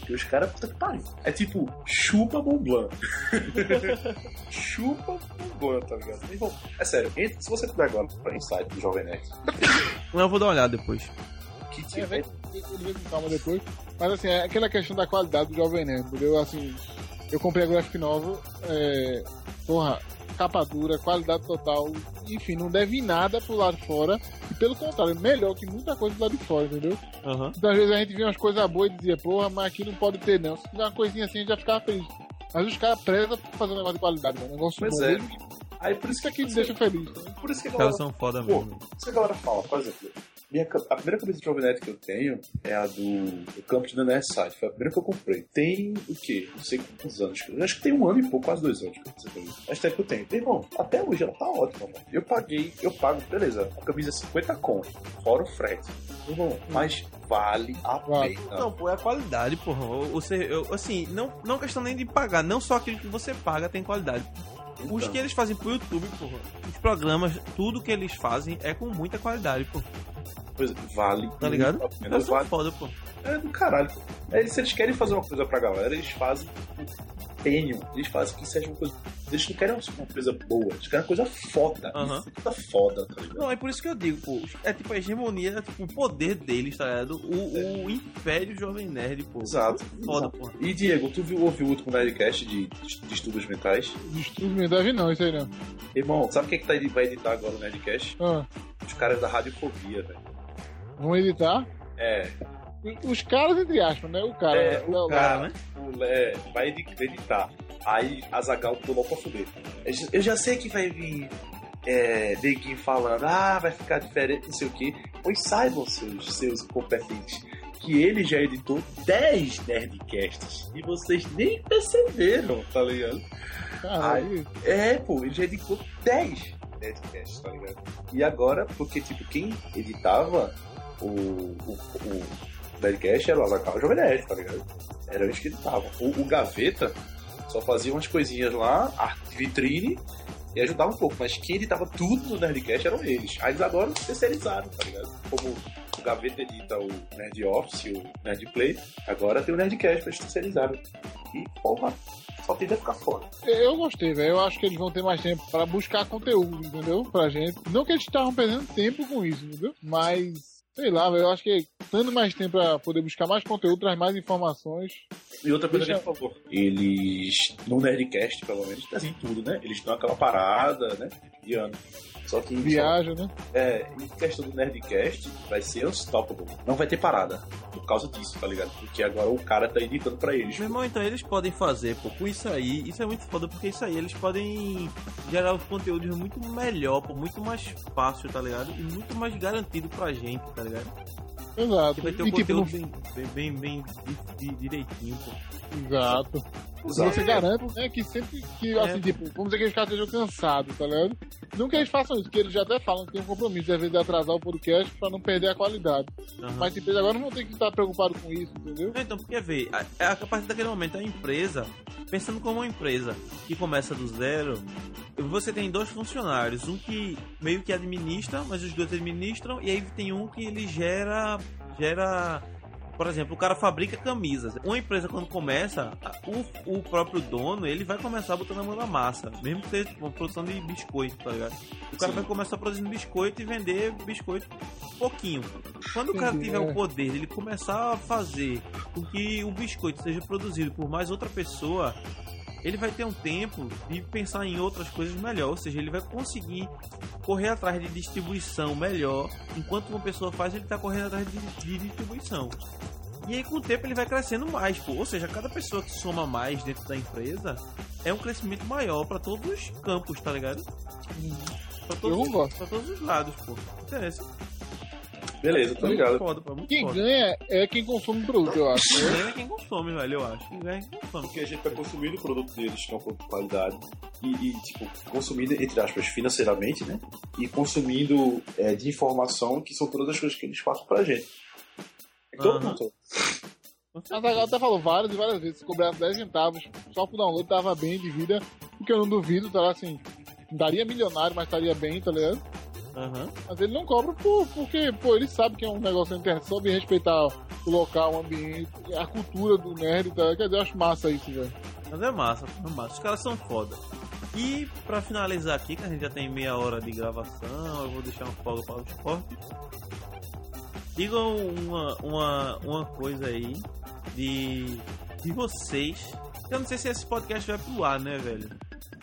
[SPEAKER 2] Porque os caras, puta que pariu. É tipo, chupa Montblanc. chupa Montblanc, tá ligado? Meu irmão, é sério, entra, se você puder agora pra Insight do Jovem Nerd,
[SPEAKER 1] Não, eu vou dar uma olhada depois.
[SPEAKER 2] que tipo,
[SPEAKER 3] É, vem, ele vem com calma depois. Mas assim, é aquela questão da qualidade do Jovem Nerd, entendeu? Assim, eu comprei a Graphic Novel, é, porra, capa dura, qualidade total, enfim, não deve nada pro lado de fora. E pelo contrário, é melhor que muita coisa do lado de fora, entendeu?
[SPEAKER 1] Aham.
[SPEAKER 3] Então às vezes a gente vê umas coisas boas e dizia, porra, mas aqui não pode ter não. Se tiver uma coisinha assim, a gente já ficava feliz. Mas os caras prezam por fazer um negócio de qualidade, mano. Um negócio
[SPEAKER 2] Pois
[SPEAKER 3] bom
[SPEAKER 2] é.
[SPEAKER 3] mesmo.
[SPEAKER 2] Aí por isso
[SPEAKER 3] Isso
[SPEAKER 2] que
[SPEAKER 3] aqui
[SPEAKER 2] aqui
[SPEAKER 3] me deixa feliz. né?
[SPEAKER 2] Por isso que a
[SPEAKER 1] Os caras
[SPEAKER 2] galera,
[SPEAKER 1] são foda
[SPEAKER 2] Pô.
[SPEAKER 1] mesmo.
[SPEAKER 2] por isso que a galera fala, por exemplo, minha, cam- a primeira camisa do Jovem Nerd que eu tenho é a do, do Campos da Nerd Side. Foi a primeira que eu comprei. Tem o quê? Não sei quantos anos. Eu acho que tem um ano e pouco, quase dois anos. que eu comprei essa camisa. Mas até que eu tenho. Tem, irmão, até hoje ela tá ótima, mano. Eu paguei, eu pago, beleza. A camisa é 50 conto, fora o frete. Irmão, mas vale a
[SPEAKER 3] Vale.
[SPEAKER 2] pena.
[SPEAKER 1] Não, pô, é a qualidade, porra. Você, eu, assim, não, não questão nem de pagar. Não só aquilo que você paga tem qualidade. Os
[SPEAKER 2] Então,
[SPEAKER 1] que eles fazem pro YouTube, porra. Os programas, tudo que eles fazem é com muita qualidade, porra.
[SPEAKER 2] coisa, é, vale.
[SPEAKER 1] Tá ligado?
[SPEAKER 2] muito a
[SPEAKER 1] Os
[SPEAKER 2] pena.
[SPEAKER 1] caras são
[SPEAKER 2] Vale
[SPEAKER 1] foda, pô.
[SPEAKER 2] É do caralho. Eles, se eles querem fazer uma coisa pra galera, eles fazem empenho. Eles fazem que seja uma coisa. Eles não querem uma coisa boa, eles querem uma coisa foda.
[SPEAKER 1] Aham.
[SPEAKER 2] Isso é coisa foda, tá ligado?
[SPEAKER 1] Não, é por isso que eu digo, pô. É tipo a hegemonia, é, tipo o poder deles, tá ligado? O, o império jovem nerd, pô.
[SPEAKER 2] Exato.
[SPEAKER 1] Foda,
[SPEAKER 2] Exato.
[SPEAKER 1] pô.
[SPEAKER 2] E Diego, tu viu, ouviu o último Nerdcast de, de distúrbios mentais?
[SPEAKER 3] Distúrbio me deve não, isso aí não.
[SPEAKER 2] Irmão, sabe o que, é que tá, edi- vai editar agora o Nerdcast?
[SPEAKER 3] Ah,
[SPEAKER 2] Os caras da radiofobia, velho.
[SPEAKER 3] vamos editar?
[SPEAKER 2] É,
[SPEAKER 3] Os caras, entre aspas, né? O cara.
[SPEAKER 2] É, o
[SPEAKER 3] Não,
[SPEAKER 1] Cara, né?
[SPEAKER 2] o Lé é, vai edi- editar. Aí Azagal pulou pra fuder. Eu já- Eu já sei que vai vir é, neguinho falando, ah, vai ficar diferente, não sei o quê. Pois saibam, seus, seus incompetentes, que ele já editou 10 Nerdcasts e vocês nem perceberam, tá ligado?
[SPEAKER 3] Caralho.
[SPEAKER 2] É, pô, ele já editou 10 Nerdcasts, tá ligado? E agora, porque, tipo, quem editava o, o, o Nerdcast era o Azaghal e o Jovem Nerd, tá ligado? Era eles que editavam. O, o Gaveta só fazia umas coisinhas lá, arte de vitrine, e ajudava um pouco, mas quem editava tudo do Nerdcast eram eles. Aí eles agora terceirizaram, tá ligado? Como o Gaveta edita o Nerd Office, o Nerd Play, agora tem o Nerdcast pra eles terceirizaram. E, porra, só tende a ficar fora.
[SPEAKER 3] Eu gostei, velho. Eu acho que eles vão ter mais tempo pra buscar conteúdo, entendeu? Pra gente. Não que eles estavam perdendo tempo com isso, entendeu? Mas, sei lá, velho. Eu acho que dando mais tempo pra poder buscar mais conteúdo, traz mais informações.
[SPEAKER 2] E outra coisa que ele
[SPEAKER 3] Deixa-
[SPEAKER 2] falou. Eles, no Nerdcast, pelo menos, fazem tudo, né? Eles dão aquela parada, né? De ano. Só que
[SPEAKER 3] Viaja, né?
[SPEAKER 2] é, em questão do Nerdcast, vai ser unstoppable. Não vai ter parada. Por causa disso, tá ligado? Porque agora o cara tá editando pra eles.
[SPEAKER 1] Meu irmão, então eles podem fazer, pô, com isso aí, isso é muito foda, porque isso aí eles podem gerar os conteúdos muito melhor, pô, muito mais fácil, tá ligado? E muito mais garantido pra gente, tá ligado?
[SPEAKER 3] Exato.
[SPEAKER 1] Porque vai ter
[SPEAKER 3] e
[SPEAKER 1] um
[SPEAKER 3] tipo,
[SPEAKER 1] conteúdo
[SPEAKER 3] não...
[SPEAKER 1] bem, bem, bem, bem di- di- direitinho, pô.
[SPEAKER 3] Exato.
[SPEAKER 2] Exato.
[SPEAKER 3] Você garante, né? Que sempre que,
[SPEAKER 1] É.
[SPEAKER 3] assim, tipo, vamos dizer que os caras estejam cansados, tá ligado? Não que eles façam isso, porque eles já até falam que tem um compromisso, às vezes, de atrasar o podcast pra não perder a qualidade.
[SPEAKER 1] Aham.
[SPEAKER 3] Mas, tipo, eles agora não vão ter que estar preocupados com isso, entendeu?
[SPEAKER 1] Então, porque vê, a, a partir daquele momento, a empresa, pensando como uma empresa que começa do zero, você tem dois funcionários, um que meio que administra, mas os dois administram, e aí tem um que ele gera. gera por exemplo, o cara fabrica camisas. Uma empresa, quando começa, a- o, o próprio dono, ele vai começar botando a mão na massa. Mesmo que seja tipo, uma produção de biscoito, tá ligado? O cara
[SPEAKER 2] Sim.
[SPEAKER 1] vai começar produzindo biscoito e vender biscoito pouquinho. Quando o cara
[SPEAKER 3] Entendi,
[SPEAKER 1] tiver
[SPEAKER 3] é.
[SPEAKER 1] o poder, ele começar a fazer com que o biscoito seja produzido por mais outra pessoa, ele vai ter um tempo de pensar em outras coisas melhor, ou seja, ele vai conseguir correr atrás de distribuição melhor, enquanto uma pessoa faz, ele tá correndo atrás de, de distribuição. E aí com o tempo ele vai crescendo mais, pô. ou seja, cada pessoa que soma mais dentro da empresa é um crescimento maior pra todos os campos, tá ligado? Pra
[SPEAKER 3] Eu
[SPEAKER 1] todos,
[SPEAKER 3] concordo.
[SPEAKER 1] pra todos os lados, pô. Interessa.
[SPEAKER 2] Beleza, tô
[SPEAKER 1] Muito
[SPEAKER 2] ligado.
[SPEAKER 1] foda, pô. Muito
[SPEAKER 3] Quem
[SPEAKER 1] foda.
[SPEAKER 3] ganha é quem consome o produto, eu acho.
[SPEAKER 1] Quem ganha é quem consome, velho, eu acho. Quem ganha é quem consome.
[SPEAKER 2] Porque a gente vai consumindo o produto deles, que é um produto de qualidade. E, e, tipo, consumindo, entre aspas, financeiramente, né? E consumindo é, de informação, que são todas as coisas que eles passam pra gente. Então,
[SPEAKER 1] Aham.
[SPEAKER 2] pronto.
[SPEAKER 3] A Zagal até falou várias e várias vezes, se cobrasse 10 centavos só pro download, tava bem de vida, o que eu não duvido, tá ligado? assim, não daria milionário, mas estaria bem, tá ligado?
[SPEAKER 1] Aham.
[SPEAKER 3] Mas ele não cobra por, porque, pô, ele sabe que é um negócio da internet, soube respeitar o local, o ambiente, a cultura do nerd, tá ligado? Quer dizer, eu acho massa isso, velho.
[SPEAKER 1] Mas é massa, é massa. Os caras são foda. E pra finalizar aqui, que a gente já tem meia hora de gravação, eu vou deixar um folga para os cortes. Digam uma, uma, uma coisa aí de, de vocês. Eu não sei se esse podcast vai pro ar, né, velho?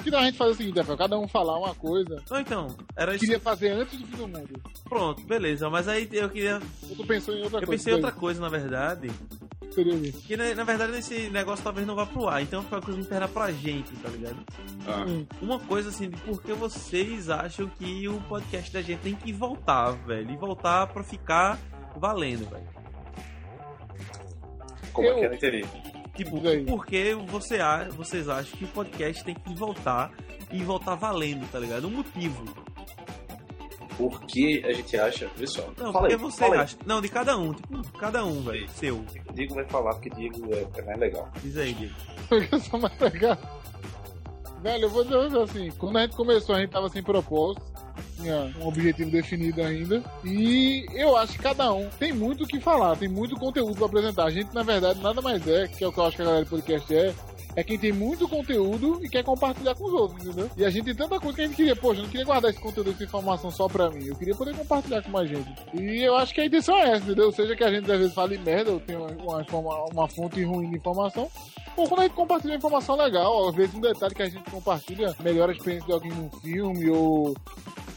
[SPEAKER 3] Que dá a gente fazer o seguinte, Rafael, cada um falar uma coisa
[SPEAKER 1] Ou então, era
[SPEAKER 3] que
[SPEAKER 1] isso.
[SPEAKER 3] queria fazer antes do fim do mundo.
[SPEAKER 1] Pronto, beleza. Mas aí eu queria.
[SPEAKER 3] Eu tô pensando em outra
[SPEAKER 1] Eu
[SPEAKER 3] coisa.
[SPEAKER 1] pensei em outra coisa, na verdade.
[SPEAKER 3] coisa. Seria isso.
[SPEAKER 1] Que né, na, na verdade esse negócio talvez não vá pro ar. Então foi uma coisa interna pra gente, tá ligado?
[SPEAKER 2] Ah.
[SPEAKER 1] uma coisa assim de por que vocês acham que o podcast da gente tem que voltar, velho, e voltar pra ficar valendo, velho.
[SPEAKER 2] Como é
[SPEAKER 3] Eu-
[SPEAKER 2] que era interesse?
[SPEAKER 1] Tipo,
[SPEAKER 3] Diga aí.
[SPEAKER 1] por que você a- vocês acham que o podcast tem que voltar e voltar valendo, tá ligado? Um motivo.
[SPEAKER 2] Por que a gente acha. Vê só.
[SPEAKER 1] Não,
[SPEAKER 2] fala
[SPEAKER 1] porque
[SPEAKER 2] aí,
[SPEAKER 1] você
[SPEAKER 2] fala aí.
[SPEAKER 1] acha. Não, de cada um, tipo, cada um, velho, seu.
[SPEAKER 2] O Diego vai falar porque Diego é, é mais legal.
[SPEAKER 1] Diz aí, Diego.
[SPEAKER 3] Porque eu sou mais legal. Velho, eu vou dizer uma coisa assim, quando a gente começou, a gente tava sem propósito, tinha um objetivo definido ainda. E eu acho que cada um tem muito o que falar, tem muito conteúdo pra apresentar. A gente, na verdade, nada mais é, que é o que eu acho que a galera do podcast é, é quem tem muito conteúdo e quer compartilhar com os outros, entendeu? E a gente tem tanta coisa que a gente queria, poxa, eu não queria guardar esse conteúdo, essa informação só pra mim. Eu queria poder compartilhar com mais gente. E eu acho que a intenção é essa, entendeu? Seja que a gente às vezes fale merda, ou tenha uma, uma, uma fonte ruim de informação, ou quando a gente compartilha informação legal, às vezes um detalhe que a gente compartilha melhora a experiência de alguém num filme, ou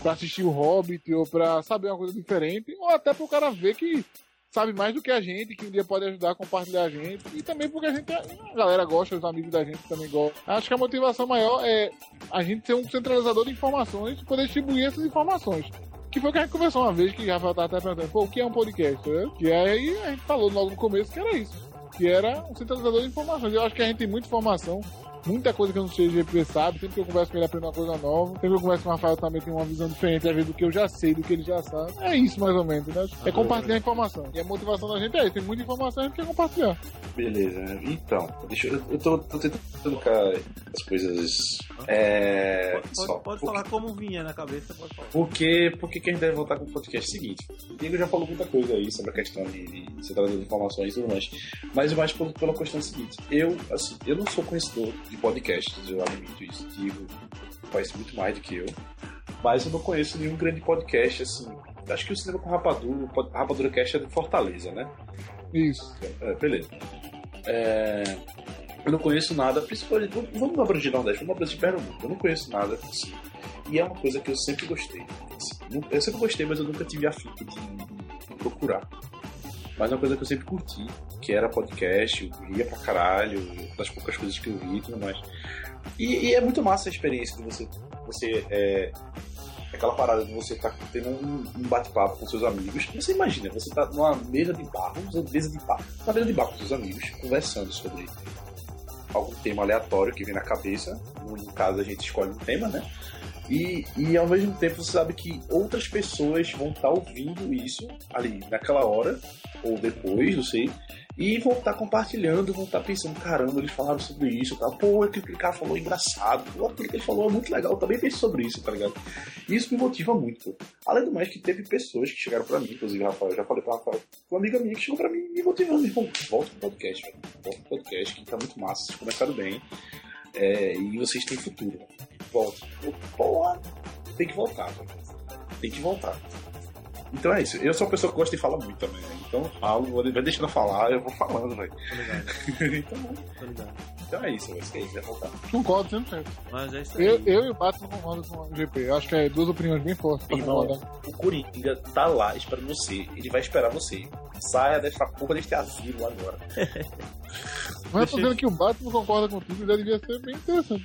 [SPEAKER 3] pra assistir o Hobbit, ou pra saber uma coisa diferente, ou até pro cara ver que sabe mais do que a gente, que um dia pode ajudar a compartilhar a gente. E também porque a gente, a galera gosta, os amigos da gente também gostam. Acho que a motivação maior é a gente ser um centralizador de informações e poder distribuir essas informações. Que foi o que a gente conversou uma vez, que o Rafael tava até perguntando, pô, o que é um podcast? Né? E aí a gente falou logo no começo que era isso. Que era um centralizador de informações. Eu acho que a gente tem muita informação, muita coisa que eu não sei, o GP sabe. Sempre que eu converso com ele, aprendo uma coisa nova. Sempre que eu converso com o Rafael, também tem uma visão diferente, às vezes, do que eu já sei, do que ele já sabe. É isso, mais ou menos, né? É compartilhar informação. E a motivação da gente é isso. Tem muita informação, a gente quer compartilhar.
[SPEAKER 2] Beleza, então, deixa eu. Eu tô, tô tentando colocar as coisas. É.
[SPEAKER 1] Ah, Pode,
[SPEAKER 2] só.
[SPEAKER 1] pode, pode falar como vinha na cabeça, pode falar.
[SPEAKER 2] Porque, porque que a gente deve voltar com o podcast? Seguinte, o Diego já falou muita coisa aí sobre a questão de, de se trazer informações e tudo mais. Mas eu acho pelo- pela questão seguinte, eu, assim, eu não sou conhecedor de podcasts, eu admito isso. Diego conhece muito mais do que eu. Mas eu não conheço nenhum grande podcast, assim. Acho que o Cinema com Rapadura, o pod- Rapadura Cast é de Fortaleza, né?
[SPEAKER 3] Isso.
[SPEAKER 2] É, beleza. É, eu não conheço nada, principalmente. vamos- Vamos abranger Nordeste, vamos abranger Pernambuco. Eu não conheço nada assim. E é uma coisa que eu sempre gostei. assim, nu- eu sempre gostei, mas eu nunca tive a fita de procurar. Mas é uma coisa que eu sempre curti, que era podcast, eu ria pra caralho, das poucas coisas que eu vi e tudo mais. E, e é muito massa a experiência de você. Você é. Aquela parada de você estar tendo um, um bate-papo com seus amigos. Você imagina, você tá numa mesa de bar, vamos dizer, mesa de bar, na mesa Tá de bar com seus amigos, conversando sobre algum tema aleatório que vem na cabeça. No no caso, a gente escolhe um tema, né? E, e ao mesmo tempo você sabe que outras pessoas vão estar ouvindo isso ali naquela hora, ou depois, não sei, e vão estar compartilhando, vão estar pensando, caramba, eles falaram sobre isso, tá? Pô, aquilo que o cara falou é engraçado, pô, aquilo que ele falou é muito legal, eu também penso sobre isso, tá ligado? E isso me motiva muito. Além do mais que teve pessoas que chegaram pra mim, inclusive, Rafael, eu já falei pra Rafael, uma amiga minha que chegou pra mim e me motivando, irmão, volta pro podcast, velho. volta pro podcast, que tá muito massa, vocês começaram bem, é, e vocês têm futuro, volta. Eu, Porra, tem que voltar, velho. tem que voltar. Então é isso, eu sou uma pessoa que gosta de falar muito também, né? então eu falo, vou- vai deixando eu falar, eu vou falando, velho.
[SPEAKER 1] Tá ligado,
[SPEAKER 2] então,
[SPEAKER 1] tá ligado.
[SPEAKER 2] então é isso, vocês vai voltar.
[SPEAKER 3] Concordo 100%.
[SPEAKER 1] Mas é isso aí.
[SPEAKER 3] Eu, eu e o Batman concordam com o GP. Eu acho que é duas opiniões bem fortes pra
[SPEAKER 2] Irmão.
[SPEAKER 3] concordar.
[SPEAKER 2] O Coringa tá lá esperando você, ele vai esperar você. Saia dessa porra deste asilo agora.
[SPEAKER 3] Mas eu
[SPEAKER 1] Deixa
[SPEAKER 3] tô
[SPEAKER 1] eu-
[SPEAKER 3] dizendo que o Batman concorda contigo já devia ser bem interessante.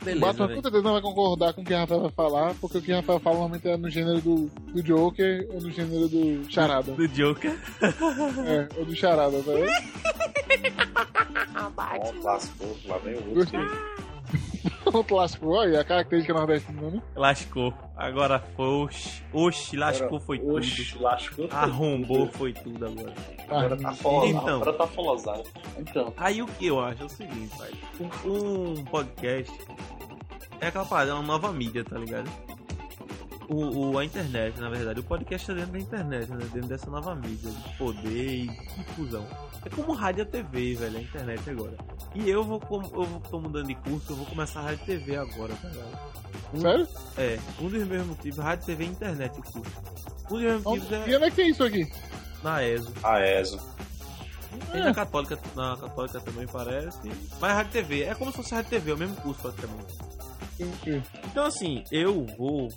[SPEAKER 3] O
[SPEAKER 1] Beleza,
[SPEAKER 3] Batman
[SPEAKER 1] velho.
[SPEAKER 3] com certeza não vai concordar com o que o Rafael vai falar, porque o que o Rafael fala normalmente é no gênero do, do Joker ou no gênero do Charada.
[SPEAKER 1] Do Joker.
[SPEAKER 3] é, ou do Charada, tá vendo?
[SPEAKER 2] Ó, lascou, lá vem o outro.
[SPEAKER 3] Gostei. O É um clássico, olha, a característica nordestina, né?
[SPEAKER 1] Lascou. Agora foi. Oxi, oxi lascou foi tudo.
[SPEAKER 2] Oxi, lascou. foi
[SPEAKER 1] Arrombou foi tudo agora.
[SPEAKER 2] tudo. Agora tá
[SPEAKER 1] Então.
[SPEAKER 2] folosado. Agora tá folosado. Então.
[SPEAKER 1] Aí o que eu acho é o seguinte, pai. Um, um podcast é aquela parada, é uma nova mídia, tá ligado? O, o- a internet, na verdade. O podcast é dentro da internet, né? Dentro dessa nova mídia de poder e difusão. É como rádio e TV, velho, a internet agora. E eu vou, com- eu vou tô mudando de curso, eu vou começar a rádio e TV agora, tá ligado?
[SPEAKER 3] Sério?
[SPEAKER 1] É, um dos meus motivos, rádio, TV e internet, o curso. Um dos meus
[SPEAKER 3] Então,
[SPEAKER 1] motivos
[SPEAKER 3] e
[SPEAKER 1] é
[SPEAKER 3] onde é que tem isso aqui?
[SPEAKER 1] na ESO.
[SPEAKER 2] A ESO.
[SPEAKER 1] Tem na Católica, na Católica também parece. Mas Rádio TV, é como se fosse Rádio TV, é o mesmo curso praticamente. Então assim, eu vou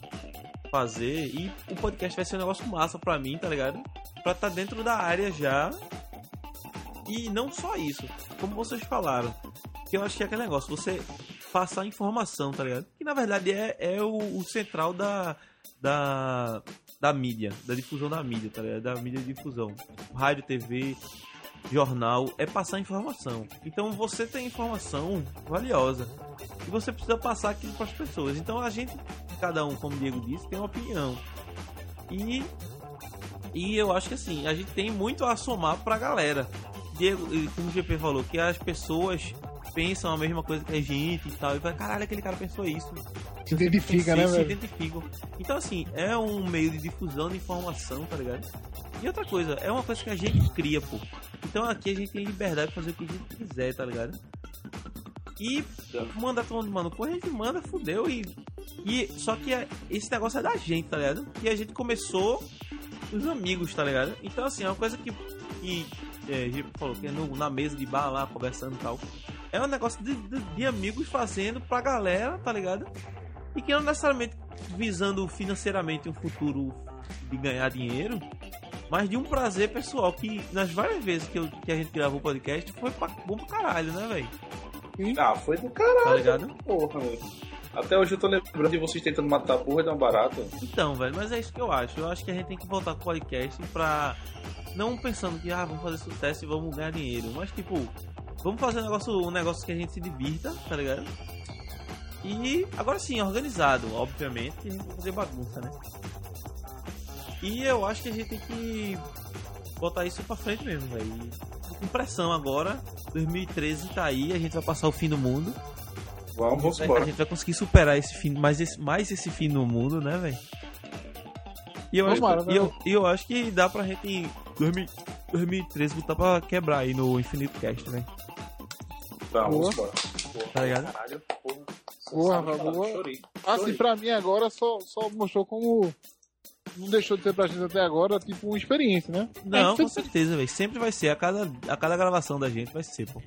[SPEAKER 1] fazer e o podcast vai ser um negócio massa pra mim, tá ligado? Pra estar tá dentro da área já. E não só isso, como vocês falaram. Que eu acho que é aquele negócio, você passar informação, tá ligado? Que na verdade é, é o, o central da, da, da mídia, da difusão da mídia, tá ligado? Da mídia de difusão. Rádio, TV, jornal, é passar informação. Então você tem informação valiosa. E você precisa passar aquilo para as pessoas. Então a gente, cada um, como o Diego disse, tem uma opinião. E, e eu acho que assim, a gente tem muito a somar para a galera. Diego, e como o GP falou, que as pessoas pensam a mesma coisa que a gente e tal. E vai, caralho, aquele cara pensou isso.
[SPEAKER 3] Se
[SPEAKER 1] Pensei,
[SPEAKER 3] identifica, né,
[SPEAKER 1] se
[SPEAKER 3] velho?
[SPEAKER 1] identificam. Então, assim, é um meio de difusão de informação, tá ligado? E outra coisa, é uma coisa que a gente cria, pô. Então aqui a gente tem liberdade de fazer o que a gente quiser, tá ligado? E manda todo mundo, mano, corre, a gente manda, fudeu. E, e só que é- esse negócio é da gente, tá ligado? E a gente começou os amigos, tá ligado? Então, assim, é uma coisa que, que é, Giba falou, que é no- na mesa de bar lá, conversando e tal. É um negócio de, de- de amigos fazendo pra galera, tá ligado? E que não necessariamente visando financeiramente um futuro de ganhar dinheiro, mas de um prazer pessoal que nas várias vezes que, eu- que a gente gravou o podcast foi pra, bom pra caralho, né, velho?
[SPEAKER 2] Ah, foi do caralho,
[SPEAKER 1] Tá ligado?
[SPEAKER 2] porra, mano. Até hoje eu tô lembrando de vocês tentando matar a porra de uma barata.
[SPEAKER 1] Então, velho, mas é isso que eu acho. Eu acho que a gente tem que voltar com o podcast pra. Não pensando que, ah, vamos fazer sucesso e vamos ganhar dinheiro. Mas, tipo, vamos fazer um negócio, um negócio que a gente se divirta, tá ligado? E agora sim, organizado, obviamente, que a gente vai fazer bagunça, né? E eu acho que a gente tem que botar isso pra frente mesmo, velho. E tô Com pressão agora, 2013 tá aí, a gente vai passar o fim do mundo.
[SPEAKER 2] Vamos, vamos
[SPEAKER 1] A
[SPEAKER 2] embora.
[SPEAKER 1] gente vai conseguir superar esse fim, mais esse, mais esse fim no mundo, né, velho? E eu, acho,
[SPEAKER 3] Tomara, né?
[SPEAKER 1] e eu, e eu acho que dá pra gente em 2000 2013 botar pra quebrar aí no Infinito Cast, né?
[SPEAKER 2] Vamos, vamos
[SPEAKER 3] Boa.
[SPEAKER 2] embora. Porra,
[SPEAKER 1] Tá ligado?
[SPEAKER 2] Caralho, porra.
[SPEAKER 3] Porra,
[SPEAKER 2] Sabe, caralho,
[SPEAKER 3] boa.
[SPEAKER 2] Chorei.
[SPEAKER 3] Assim,
[SPEAKER 2] Chorei.
[SPEAKER 3] pra mim agora só, só mostrou como. Não deixou de ser pra gente até agora, tipo, uma experiência, né?
[SPEAKER 1] Não,
[SPEAKER 3] É,
[SPEAKER 1] com certeza, velho. Sempre vai ser. A cada, a cada gravação da gente vai ser, pô.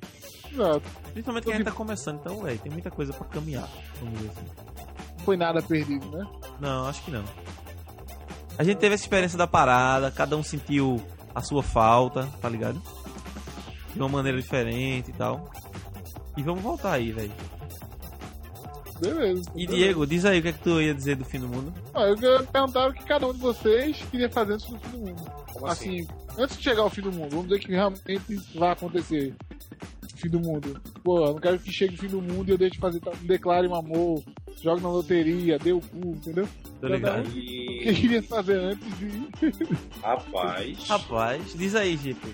[SPEAKER 3] Exato.
[SPEAKER 1] Principalmente quem a gente tá começando. Então, velho, tem muita coisa pra caminhar. Vamos dizer assim.
[SPEAKER 3] Não foi nada perdido, né?
[SPEAKER 1] Não, acho que não. A gente teve essa experiência da parada, cada um sentiu a sua falta, tá ligado? De uma maneira diferente e tal. E vamos voltar aí, velho.
[SPEAKER 3] Beleza.
[SPEAKER 1] E Diego, diz aí o que é que tu ia dizer do fim do mundo.
[SPEAKER 3] Ah, eu queria perguntar o que cada um de vocês queria fazer antes do fim do mundo.
[SPEAKER 2] Como assim?
[SPEAKER 3] Assim, antes de chegar ao fim do mundo, vamos dizer que realmente vai acontecer. Fim do mundo. Pô, eu não quero que chegue o fim do mundo e eu deixe de fazer tal. Declare um amor, jogue na loteria, dê o cu, entendeu?
[SPEAKER 1] Tô ligado.
[SPEAKER 3] O assim, que eu
[SPEAKER 2] E...
[SPEAKER 3] queria fazer antes de.
[SPEAKER 2] Rapaz.
[SPEAKER 1] Rapaz, diz aí, GP.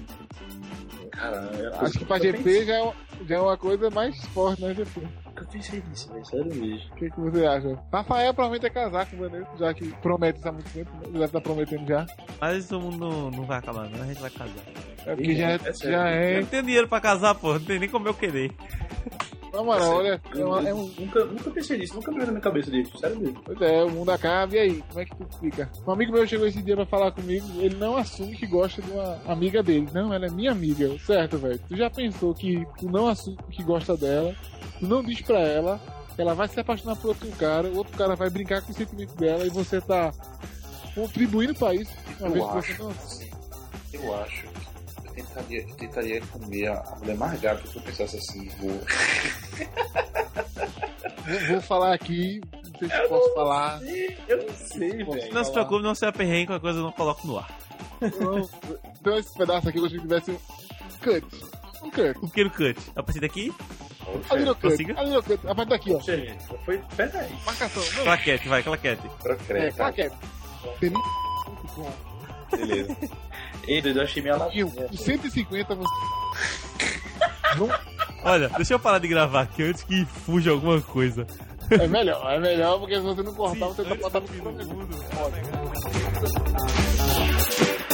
[SPEAKER 2] Caralho.
[SPEAKER 3] Acho que pra
[SPEAKER 2] eu
[SPEAKER 3] GP já é, uma- já é uma coisa mais forte, né, GP?
[SPEAKER 2] pensei- Eu pensei nisso, velho. Sério mesmo.
[SPEAKER 3] O que, que você acha? Rafael provavelmente é casar com o Vanessa, já que promete isso há muito tempo, né? já tá prometendo já.
[SPEAKER 1] Mas o mundo não- não vai acabar, não. A gente vai casar.
[SPEAKER 3] É porque já, é-
[SPEAKER 2] É sério.
[SPEAKER 3] já
[SPEAKER 1] Eu
[SPEAKER 3] é.
[SPEAKER 1] não tenho dinheiro pra casar, pô. Não tem nem como eu querer.
[SPEAKER 3] Na moral, olha, é,
[SPEAKER 2] Eu,
[SPEAKER 3] uma, é um.
[SPEAKER 2] eu nunca, nunca pensei nisso, nunca veio na minha cabeça disso, sério mesmo.
[SPEAKER 3] Pois é, o mundo acaba, e aí? Como é que tu fica? Um amigo meu chegou esse dia pra falar comigo, ele não assume que gosta de uma amiga dele. Não, ela é minha amiga. Eu, Certo, velho. Tu já pensou que tu não assume que gosta dela, tu não diz pra ela, ela vai se apaixonar por outro cara, o outro cara vai brincar com o sentimento dela e você tá contribuindo pra isso. Uma vez
[SPEAKER 2] Eu
[SPEAKER 3] que você tá
[SPEAKER 2] acho,
[SPEAKER 3] não.
[SPEAKER 2] assim, eu acho que eu tentaria, eu tentaria comer a a mulher mais gata se eu pensasse assim, vou.
[SPEAKER 3] Vou, vou falar aqui, não sei se eu posso falar.
[SPEAKER 2] Eu não sei,
[SPEAKER 3] velho.
[SPEAKER 1] Não se preocupe, não se aperreiem com a coisa, eu não coloco no ar.
[SPEAKER 3] Não, Então esse pedaço aqui eu gostaria que tivesse um cut. Um cut.
[SPEAKER 1] Um pequeno cut. A partir daqui,
[SPEAKER 3] Ali no cut.
[SPEAKER 1] Consiga?
[SPEAKER 3] Ali no cut. A parte daqui, tá ó.
[SPEAKER 2] Foi. Peraí.
[SPEAKER 3] Marcação. Não,
[SPEAKER 1] claquete, vai, claquete.
[SPEAKER 2] Pra
[SPEAKER 3] É,
[SPEAKER 2] creta.
[SPEAKER 3] claquete.
[SPEAKER 2] Beleza. Ei, doido, eu achei minha
[SPEAKER 3] Tio,
[SPEAKER 2] latinha.
[SPEAKER 3] o 150 você.
[SPEAKER 1] Olha, deixa eu parar de gravar aqui antes que fuja alguma coisa.
[SPEAKER 3] É melhor, é
[SPEAKER 1] tá
[SPEAKER 3] melhor porque se você não cortar,
[SPEAKER 1] Sim,
[SPEAKER 3] você tá
[SPEAKER 1] antes
[SPEAKER 3] botando
[SPEAKER 1] do fim
[SPEAKER 3] pro
[SPEAKER 1] do mundo.
[SPEAKER 3] problema.